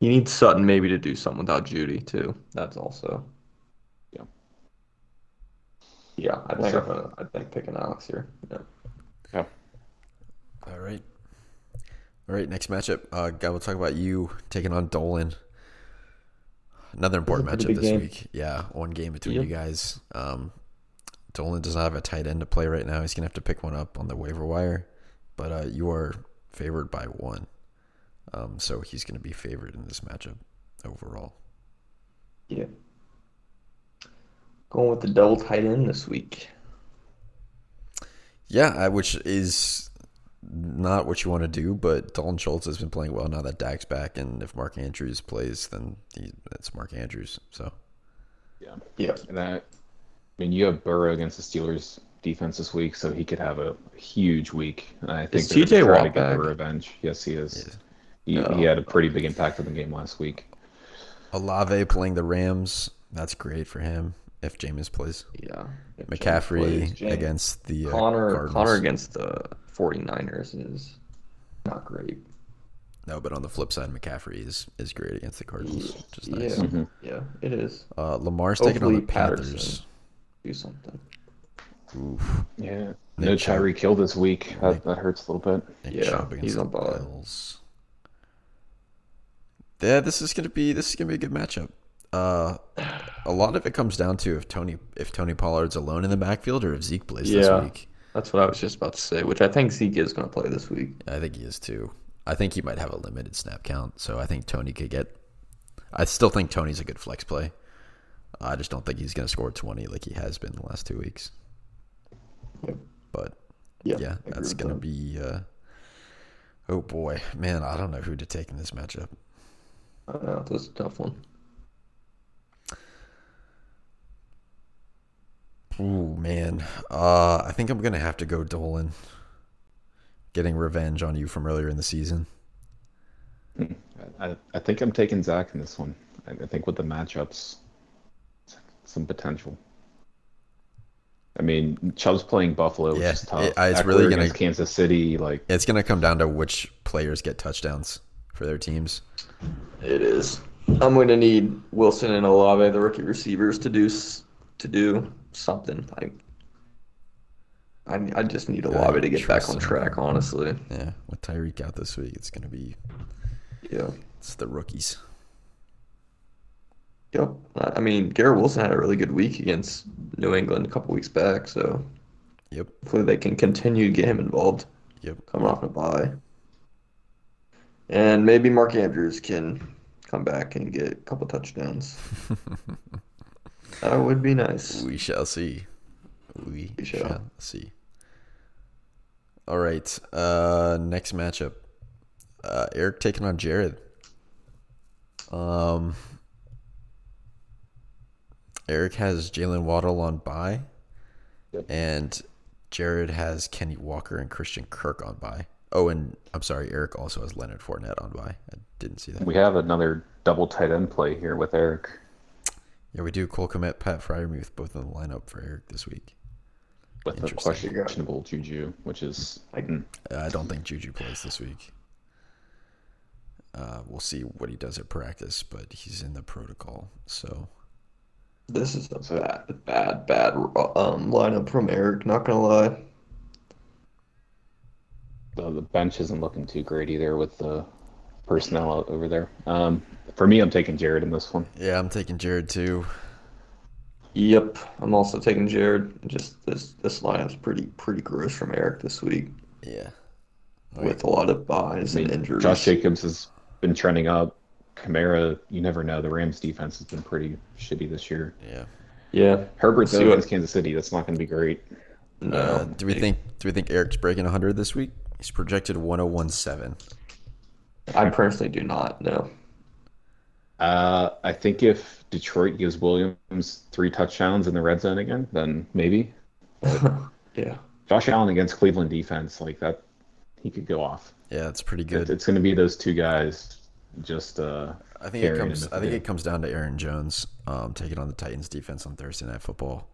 S3: You need Sutton maybe to do something without Judy too. That's also.
S2: Yeah.
S3: Yeah, I think
S2: Sure.
S3: I'm gonna, I think picking Alex here. Yeah.
S2: Yeah.
S1: All right. All right, next matchup. Uh guy we'll talk about you taking on Dolan. Another important
S2: pretty
S1: matchup
S2: big
S1: this
S2: game.
S1: week. Yeah, one game between
S3: Yep.
S1: you guys. Um Dolan does not have a tight end to play right now. He's gonna have to pick one up on the waiver wire. But uh you are favored by one. Um so he's gonna be favored in this matchup overall.
S3: Yeah. Going with the double tight end this week.
S1: Yeah, I- which is not what you want to do, but Dalton Schultz has been playing well now that Dak's back, and if Mark Andrews plays, then he, that's Mark Andrews. So
S2: Yeah.
S3: Yeah.
S2: And I, I mean, you have Burrow against the Steelers defense this week, so he could have a huge week. And I think
S3: Is
S2: they're gonna
S3: TJ
S2: try
S3: Watt
S2: to get the
S3: back?
S2: revenge. Yes, he is. He,
S3: No.
S2: he had a pretty big impact on the game last week.
S1: Olave playing the Rams, that's great for him if Jameis plays.
S3: Yeah. If James plays,
S1: McCaffrey
S3: James-
S1: against the uh,
S3: Connor
S1: Cardinals.
S3: Connor against the 49ers is not great.
S1: No, but on the flip side, McCaffrey is, is great against the Cardinals, which is nice.
S3: Yeah.
S2: Mhm.
S3: Yeah, it is.
S1: Uh, Lamar's taking on
S3: Hopefully
S1: the Panthers.
S3: Patterson. Do something.
S1: Oof.
S2: Yeah. No
S1: Nick Chubb.
S2: Tyree kill this week. That, that hurts a little bit.
S1: Nick
S3: Yeah,
S1: Chubb against
S3: he's on
S1: the
S3: bye.
S1: Bills. Yeah, this is gonna be this is gonna be a good matchup. Uh, a lot of it comes down to if Tony if Tony Pollard's alone in the backfield or if Zeke plays
S3: Yeah.
S1: this week.
S3: That's what I was just about to say, which I think Zeke is going to play this week.
S1: I think he is too. I think he might have a limited snap count, so I think Tony could get. I still think Tony's a good flex play. I just don't think he's gonna score twenty like he has been the last two weeks.
S3: Yep.
S1: But
S3: Yeah,
S1: yeah,
S3: I agree
S1: that's
S3: with
S1: gonna
S3: that.
S1: be. Uh, oh boy, man, I don't know who to take in this matchup.
S3: I don't know. That's a tough one.
S1: Ooh man, uh, I think I'm gonna have to go Dolan. Getting revenge on you from earlier in the season.
S2: I, I think I'm taking Zach in this one. I, I think with the matchups, some potential. I mean, Chubb's playing Buffalo, which
S1: Yeah,
S2: is tough.
S1: it- it's
S2: Eckler
S1: really gonna-
S2: against Kansas City. Like,
S1: It's gonna come down to which players get touchdowns for their teams.
S3: It is. I'm going to need Wilson and Olave, the rookie receivers, to do s- to do something. I I, I just need Olave to get back on track, honestly.
S1: Yeah, with Tyreek out this week, it's gonna be
S3: Yeah.
S1: it's the rookies.
S3: Yep. I I mean, Garrett Wilson had a really good week against New England a couple weeks back, so
S1: Yep,
S3: hopefully they can continue to get him involved
S1: yep.
S3: coming off a bye. And maybe Mark Andrews can come back and get a couple touchdowns. that would be nice.
S1: We shall see. We,
S3: We shall.
S1: shall. see. All right. Uh, next matchup. Uh, Eric taking on Jared. Um, Eric has Jalen Waddle on bye,
S2: Yep.
S1: and Jared has Kenny Walker and Christian Kirk on bye. Oh, and I'm sorry, Eric also has Leonard Fournette on bye. I didn't see that.
S2: we have another double tight end play here with Eric.
S1: Yeah, we do. Cole Komet, Pat Fryermuth, both in the lineup for Eric this week.
S2: with a
S1: Interesting.
S2: questionable Juju, which is
S3: Like-
S2: mm,
S1: Uh, I don't think Juju plays this week. Uh, we'll see what he does at practice, but he's in the protocol. So
S3: This is a bad, bad, bad um, lineup from Eric. Not gonna lie.
S2: the, the bench isn't looking too great either with the personnel out over there. Um, for me, I'm taking Jared in this one.
S1: yeah, I'm taking Jared too.
S3: Yep, I'm also taking Jared. Just this this lineup's pretty pretty gross from Eric this week
S1: Yeah,
S3: with a lot of buys
S2: I mean,
S3: and injuries.
S2: Josh Jacobs has been trending up. Kamara, you never know. The Rams defense has been pretty shitty this year.
S1: yeah.
S3: Yeah.
S2: Herbert
S3: See
S2: though
S3: what-
S2: against Kansas City, that's not going to be great.
S3: No.
S1: Uh, do we think do we think Eric's breaking 100 this week? He's projected 1017.
S3: I personally do not know.
S2: Uh, I think if Detroit gives Williams three touchdowns in the red zone again, then maybe
S3: Yeah.
S2: Josh Allen against Cleveland defense like that, he could go off.
S1: Yeah, it's pretty
S2: It's,
S1: good.
S2: it's going to be those two guys. Just uh,
S1: I think it
S2: carrying
S1: comes.
S2: him if
S1: I
S2: they
S1: think
S2: do.
S1: it comes down to Aaron Jones um, taking on the Titans defense on Thursday Night Football.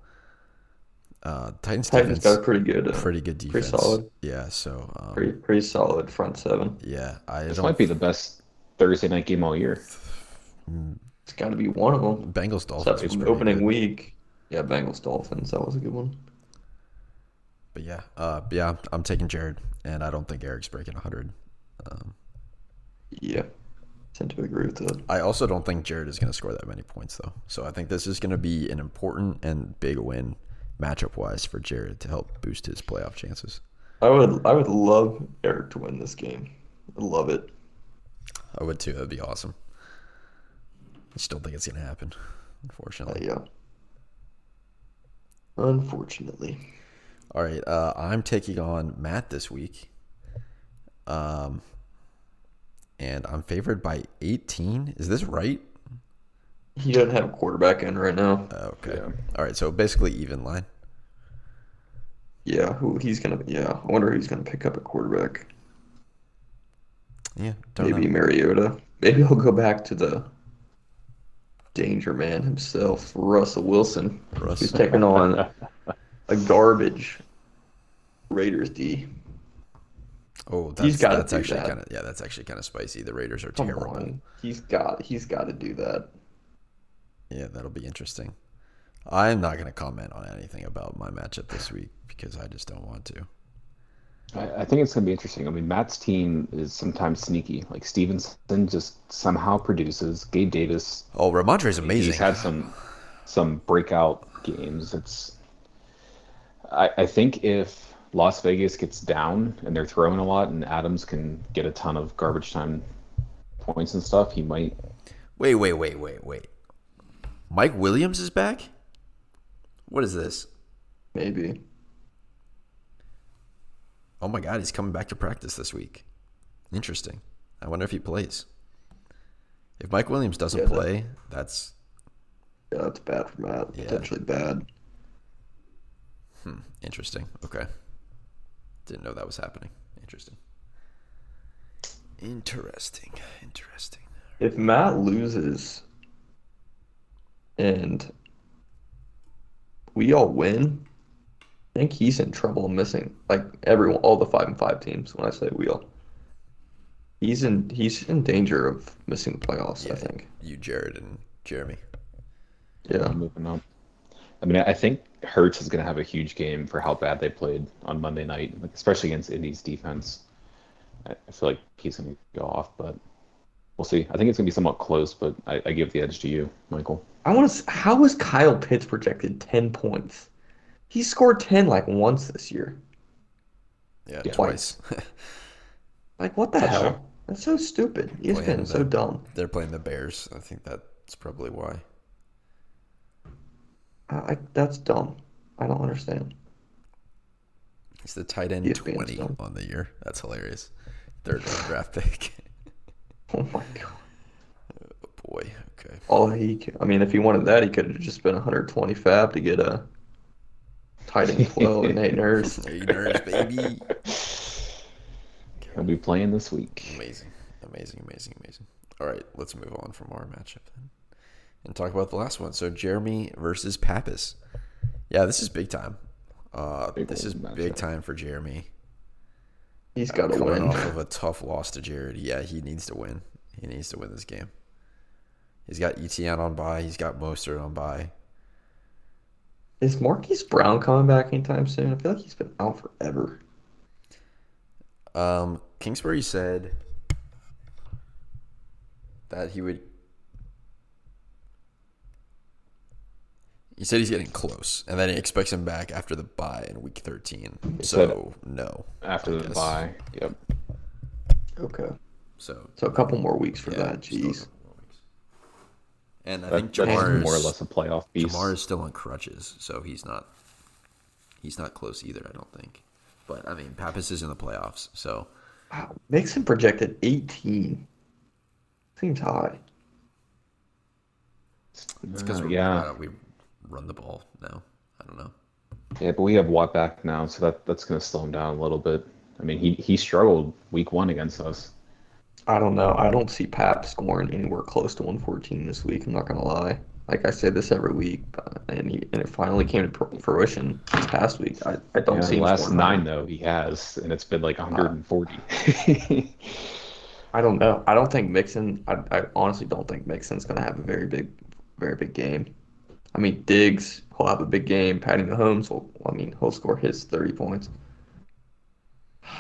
S1: Uh, Titans,
S3: Titans got a
S1: defense,
S3: pretty good, uh,
S1: pretty good
S3: pretty
S1: defense.
S3: solid.
S1: Yeah, so um,
S3: pretty pretty solid front seven.
S1: yeah, I
S2: This
S1: don't
S2: might be the best Thursday night game all year.
S3: It's got to be one of them.
S1: Bengals
S3: So
S1: Dolphins
S3: that's
S1: was pretty
S3: opening
S1: good.
S3: week. Yeah, Bengals Dolphins. That was a good one.
S1: But yeah, uh, yeah, I'm taking Jared, and I don't think Eric's breaking 100.
S3: Yeah, tend to agree with that.
S1: I also don't think Jared is going to score that many points though. So I think this is going to be an important and big win matchup wise for Jared to help boost his playoff chances.
S3: I would I would love Eric to win this game. I love it.
S1: I would too. That'd be awesome. I just don't think it's going to happen, unfortunately.
S3: yeah. Unfortunately.
S1: All right, uh, I'm taking on Matt this week. Um, and I'm favored by 18. Is this right?
S3: He doesn't have a quarterback in right now.
S1: Uh, okay.
S2: Yeah.
S1: All right, so basically even line.
S3: Yeah, who he's gonna yeah, I wonder who's gonna pick up a quarterback.
S1: Yeah, don't
S3: Maybe
S1: know.
S3: Mariota. Maybe he'll go back to the danger man himself, Russell Wilson.
S1: Russ.
S3: He's taking on a garbage Raiders D.
S1: Oh, that's,
S3: He's gotta
S1: that's
S3: do
S1: actually
S3: that.
S1: kind of yeah, that's actually kind of spicy. The Raiders are
S3: Come
S1: terrible.
S3: on. He's got he's gotta do that.
S1: Yeah, that'll be interesting. I'm not going to comment on anything about my matchup this week because I just don't want to.
S2: I, I think it's going to be interesting. I mean, Matt's team is sometimes sneaky. Like Stevenson just somehow produces. Gabe Davis,
S1: Oh, Ramondre's amazing.
S2: he's had some some breakout games. It's I, I think if Las Vegas gets down and they're throwing a lot, and Adams can get a ton of garbage time points and stuff, he might.
S1: wait, wait, wait, wait, wait. Mike Williams is back? What is this?
S3: Maybe.
S1: Oh my god, he's coming back to practice this week. Interesting. I wonder if he plays. If Mike Williams doesn't
S3: Yeah, that-
S1: play, that's
S3: Yeah, that's bad for Matt.
S1: Yeah.
S3: Potentially bad.
S1: interesting. Okay. Didn't know that was happening. Interesting. Interesting. Interesting.
S3: If Matt loses and we all win, I think he's in trouble missing like everyone all the five and five teams when I say we all. He's in he's in danger of missing the playoffs, I
S1: Yeah.
S3: think.
S1: You, Jared, and Jeremy.
S3: Yeah.
S2: moving up. I mean, I think Hertz is going to have a huge game for how bad they played on Monday night, like, especially against Indy's defense. I I feel like he's going to go off, but we'll see. I think it's going to be somewhat close, but I, I give the edge to you, Michael.
S3: I want to how is Kyle Pitts projected 10 points? He scored 10 like once this year.
S1: Yeah,
S2: Yeah.
S1: twice.
S3: Like what the
S2: Touchdown.
S3: hell? That's so stupid. He's
S1: Playing
S3: been so
S1: the-
S3: dumb.
S1: They're playing the Bears. I think that's probably why.
S3: I, I, that's dumb. I don't understand.
S1: He's the tight end
S3: Yeah, Bears
S1: 20
S3: don't.
S1: on the year. That's hilarious. Third round draft pick.
S3: Oh my god.
S1: Oh, boy. Okay.
S3: All he, c- I mean, if he wanted that, he could have just been 120 fab to get a tight end 12 and Nate Nurse.
S1: There you nerds, baby.
S2: He'll be playing this week.
S1: Amazing. Amazing, amazing, amazing. All right, let's move on from our matchup then and talk about the last one. So, Jeremy versus Pappas. Yeah, this is big time. Uh,
S2: Big
S1: this
S2: old
S1: is big
S2: matchup.
S1: time for Jeremy.
S3: He's got to
S1: coming
S3: win.
S1: off of a tough loss to Jared. Yeah, he needs to win. He needs to win this game. He's got ETN on by. He's got Mostert on by.
S3: Is Marquise Brown coming back anytime soon? I feel like he's been out forever.
S1: Um, Kingsbury said that he would. He said he's getting close, and then he expects him back after the bye in week thirteen. So no,
S2: After the
S1: guess.
S2: bye, yep.
S3: Okay.
S1: so
S3: So a couple more weeks for that.
S1: still
S3: Jeez.
S1: a couple more weeks. And I think
S2: That, that's
S1: Jamar
S2: more or
S1: is-
S2: less a playoff piece.
S1: Jamar is still on crutches, so he's not he's not close either, I don't think. But I mean Pappas is in the playoffs, so
S3: Wow. Mixon projected 18. Seems high.
S1: it's because
S2: Uh,
S1: we're
S2: yeah.
S1: uh, we run the ball now. I don't know.
S2: Yeah, but we have Watt back now, so that that's going to slow him down a little bit. I mean, he he struggled week one against us.
S3: I don't know. I don't see Pap scoring anywhere close to 114 this week. I'm not gonna lie. Like I say this every week, but, and he, and it finally came to pr- fruition this past week. I, I don't
S2: Yeah,
S3: see
S2: the
S3: him
S2: last
S3: scoring
S2: nine though he has, and it's been like 140.
S3: I I don't know. I don't think Mixon. I, I honestly don't think Mixon's going to have a very big, very big game. I mean, Diggs will have a big game. Patty Mahomes will. I mean, he'll score his thirty points. I,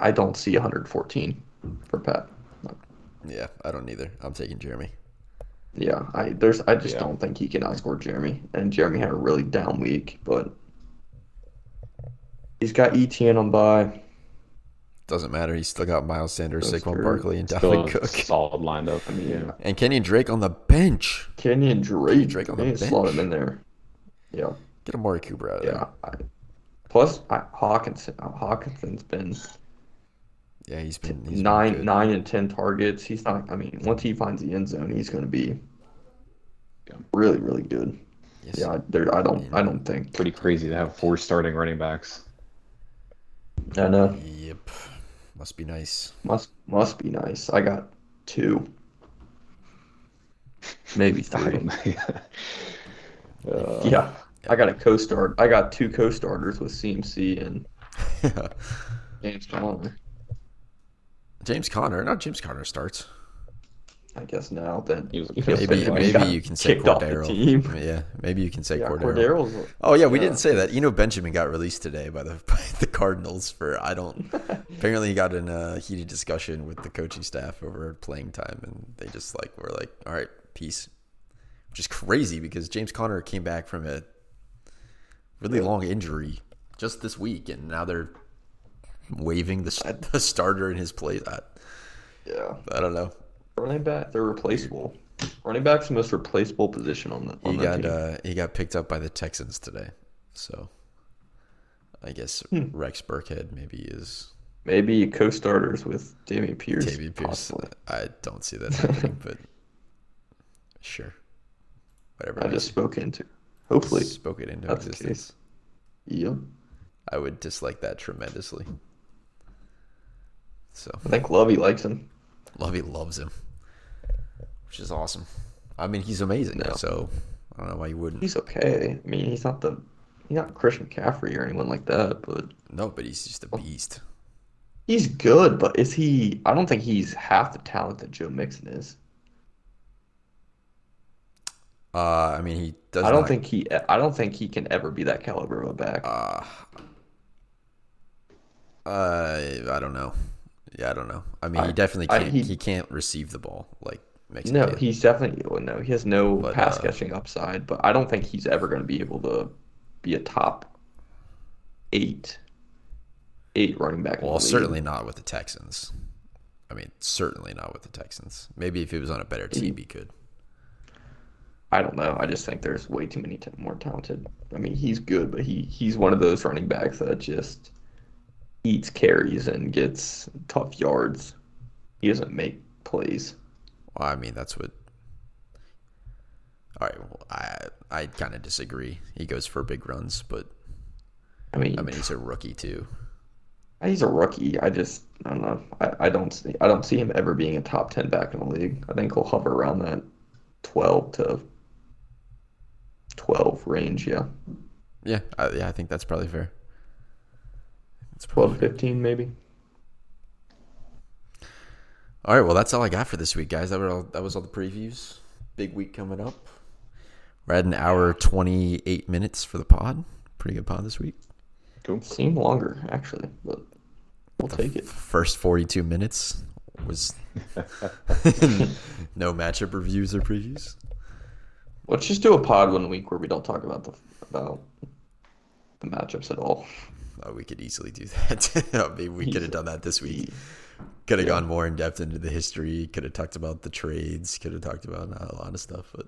S3: I don't see 114 for Pat.
S1: Yeah, I don't either. I'm taking Jeremy.
S3: Yeah, I there's. I just
S2: Yeah.
S3: don't think he can outscore Jeremy. And Jeremy had a really down week, but he's got ETN on bye.
S1: Doesn't matter. He's still got Miles Sanders,
S3: That's
S1: Saquon
S3: true.
S1: Barkley, and
S2: Still
S1: Dalvin
S2: a
S1: Cook,
S2: solid lineup. I mean, yeah.
S1: and Kenyon Drake on the bench.
S3: Kenyon Drake.
S1: Drake on
S3: they
S1: the
S3: need to slot
S1: bench.
S3: him in there. Yeah,
S1: Get Amari Cooper out of
S3: yeah. I, plus, I, Hawkinson. uh, Hawkinson's been
S1: there. Yeah, he's been he's
S3: nine,
S1: Been good.
S3: nine and ten targets. He's not. I mean, once he finds the end zone, he's going to be
S2: Yeah.
S3: really, really good.
S1: Yes.
S3: Yeah, I- there. I don't. I don't think.
S2: Pretty crazy to have four starting running backs.
S3: I know.
S1: Yep. Must be nice.
S3: Must must be nice. I got two, maybe
S2: I
S3: three.
S2: don't know. Uh,
S3: Yeah, I got a co-start. I got two co-starters with CMC and James Conner.
S1: James Conner, not James Conner starts.
S3: I guess now then
S2: He was a
S3: he
S2: Yes,
S1: Maybe
S2: that's why
S3: got
S2: he
S1: maybe you can say
S3: kicked off the
S1: Cordero.
S3: team.
S1: Yeah, maybe you can say
S3: Yeah,
S1: Cordero.
S3: Cordero's
S1: Oh yeah, we
S3: Yeah.
S1: didn't say that. Eno Benjamin got released today by the by the Cardinals for I don't. apparently, he got in a heated discussion with the coaching staff over playing time, and they just like were like, "All right, peace," which is crazy because James Conner came back from a really long injury just this week, and now they're waving the, the starter in his place. I,
S3: yeah
S1: I don't know.
S3: running back. They're replaceable. Running back's the most replaceable position on the on
S1: He got
S3: that team.
S1: uh, he got picked up by the Texans today, so I guess Rex Burkhead maybe is.
S3: Maybe co-starters with Damian Pierce.
S1: David Pierce.
S3: possibly.
S1: I don't see that happening, but sure. Whatever.
S3: I just spoke into. Hopefully,
S1: spoke it into
S3: that's the
S1: existence.
S3: case. Yep.
S1: I would dislike that tremendously. So
S3: I think Lovey likes him.
S1: Lovey loves him, which is awesome. I mean, he's amazing.
S3: No.
S1: So I don't know why you wouldn't.
S3: He's okay. I mean, he's not the he's not Christian McCaffrey or anyone like that, but
S1: No, but he's just a
S3: Oh.
S1: beast.
S3: he's good. But is he? I don't think he's half the talent that Joe Mixon is.
S1: Uh, I mean, he does.
S3: I don't
S1: not-
S3: think he. I don't think he can ever be that caliber of a back.
S1: Uh, uh, I don't know. Yeah, I don't know. I mean,
S3: I-
S1: he definitely
S3: I-
S1: can't. he,
S3: he-
S1: can't receive the ball like Mixon
S3: no,
S1: can.
S3: he's definitely. Well, no, he has no
S1: But,
S3: pass
S1: uh,
S3: catching upside. But I don't think he's ever going to be able to be a top eight, eight running back. in
S1: Well,
S3: the league.
S1: certainly not with the Texans. I mean, certainly not with the Texans. Maybe if he was on a better team, he could.
S3: I don't know. I just think there's way too many t- more talented. I mean, he's good, but he he's one of those running backs that just eats carries and gets tough yards. He doesn't make plays.
S1: Well, I mean, that's what. All right, well, I I kind of disagree. He goes for big runs, but
S3: I mean,
S1: I mean, he's a rookie too.
S3: he's a rookie. I just I don't know. I, I don't see I don't see him ever being a top ten back in the league. I think he'll hover around that twelve to twelve range. Yeah,
S1: Yeah, I, yeah, I think that's probably fair. That's probably
S3: twelve to fifteen maybe.
S1: All right, well, that's all I got for this week, guys. That were all, that was all the previews. Big week coming up. We're at an hour twenty eight minutes for the pod. Pretty good pod this week.
S2: cool.
S3: Seemed longer actually, but we'll take it.
S1: first 42 minutes was no matchup reviews or previews.
S3: Let's just do a pod one week where we don't talk about the about the matchups at all.
S1: Oh, we could easily do that. I mean, we could have done that this week. Could have gone more in depth into the history. Could have talked about the trades. Could have talked about a lot of stuff. But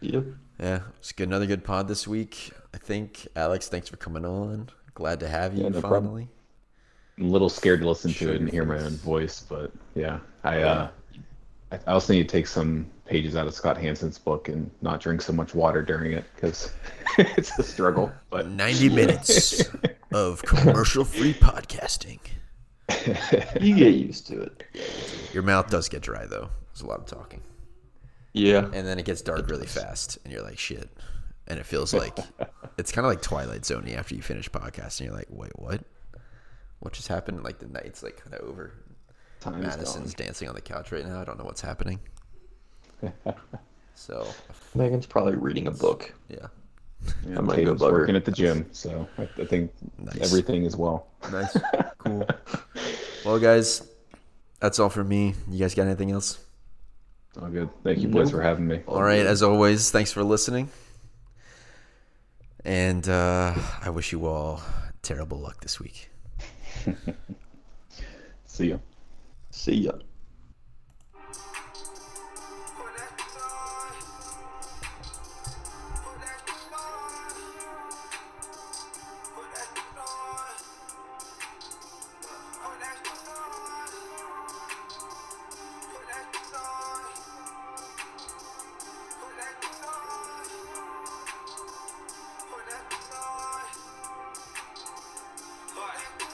S3: Yep.
S1: yeah, it's good. Another good pod this week. I think Alex, thanks for coming on. Glad to have you
S2: Yeah, no problem.
S1: finally.
S2: I'm a little scared to listen
S1: Show
S2: to it and
S1: your
S2: hear my
S1: face.
S2: own voice, but yeah, I uh, I I also need to take some pages out of Scott Hansen's book and not drink so much water during it because it's a struggle. But
S1: 90 minutes of commercial free podcasting.
S3: You get used to it.
S1: Your mouth does get dry though. There's a lot of talking.
S3: Yeah.
S1: and then it gets dark really fast and you're like shit and it feels like it's kind of like twilight zoney after you finish podcast and you're like wait what what just happened like the night's like kind of over
S2: Time
S1: Madison's dancing on the couch right now. I don't know what's happening. so
S3: Megan's probably reading a book.
S1: yeah,
S2: Yeah,
S3: I'm gonna go
S2: Tatum's
S3: bugger.
S2: working at the gym, so I, I think
S1: Nice.
S2: everything is well.
S1: nice, cool. Well, guys, that's all for me. You guys got anything else?
S2: All good. Thank you, boys,
S3: Nope.
S2: for having me.
S1: All right, as always, thanks for listening. And uh, I wish you all terrible luck this week.
S2: See you.
S3: See ya.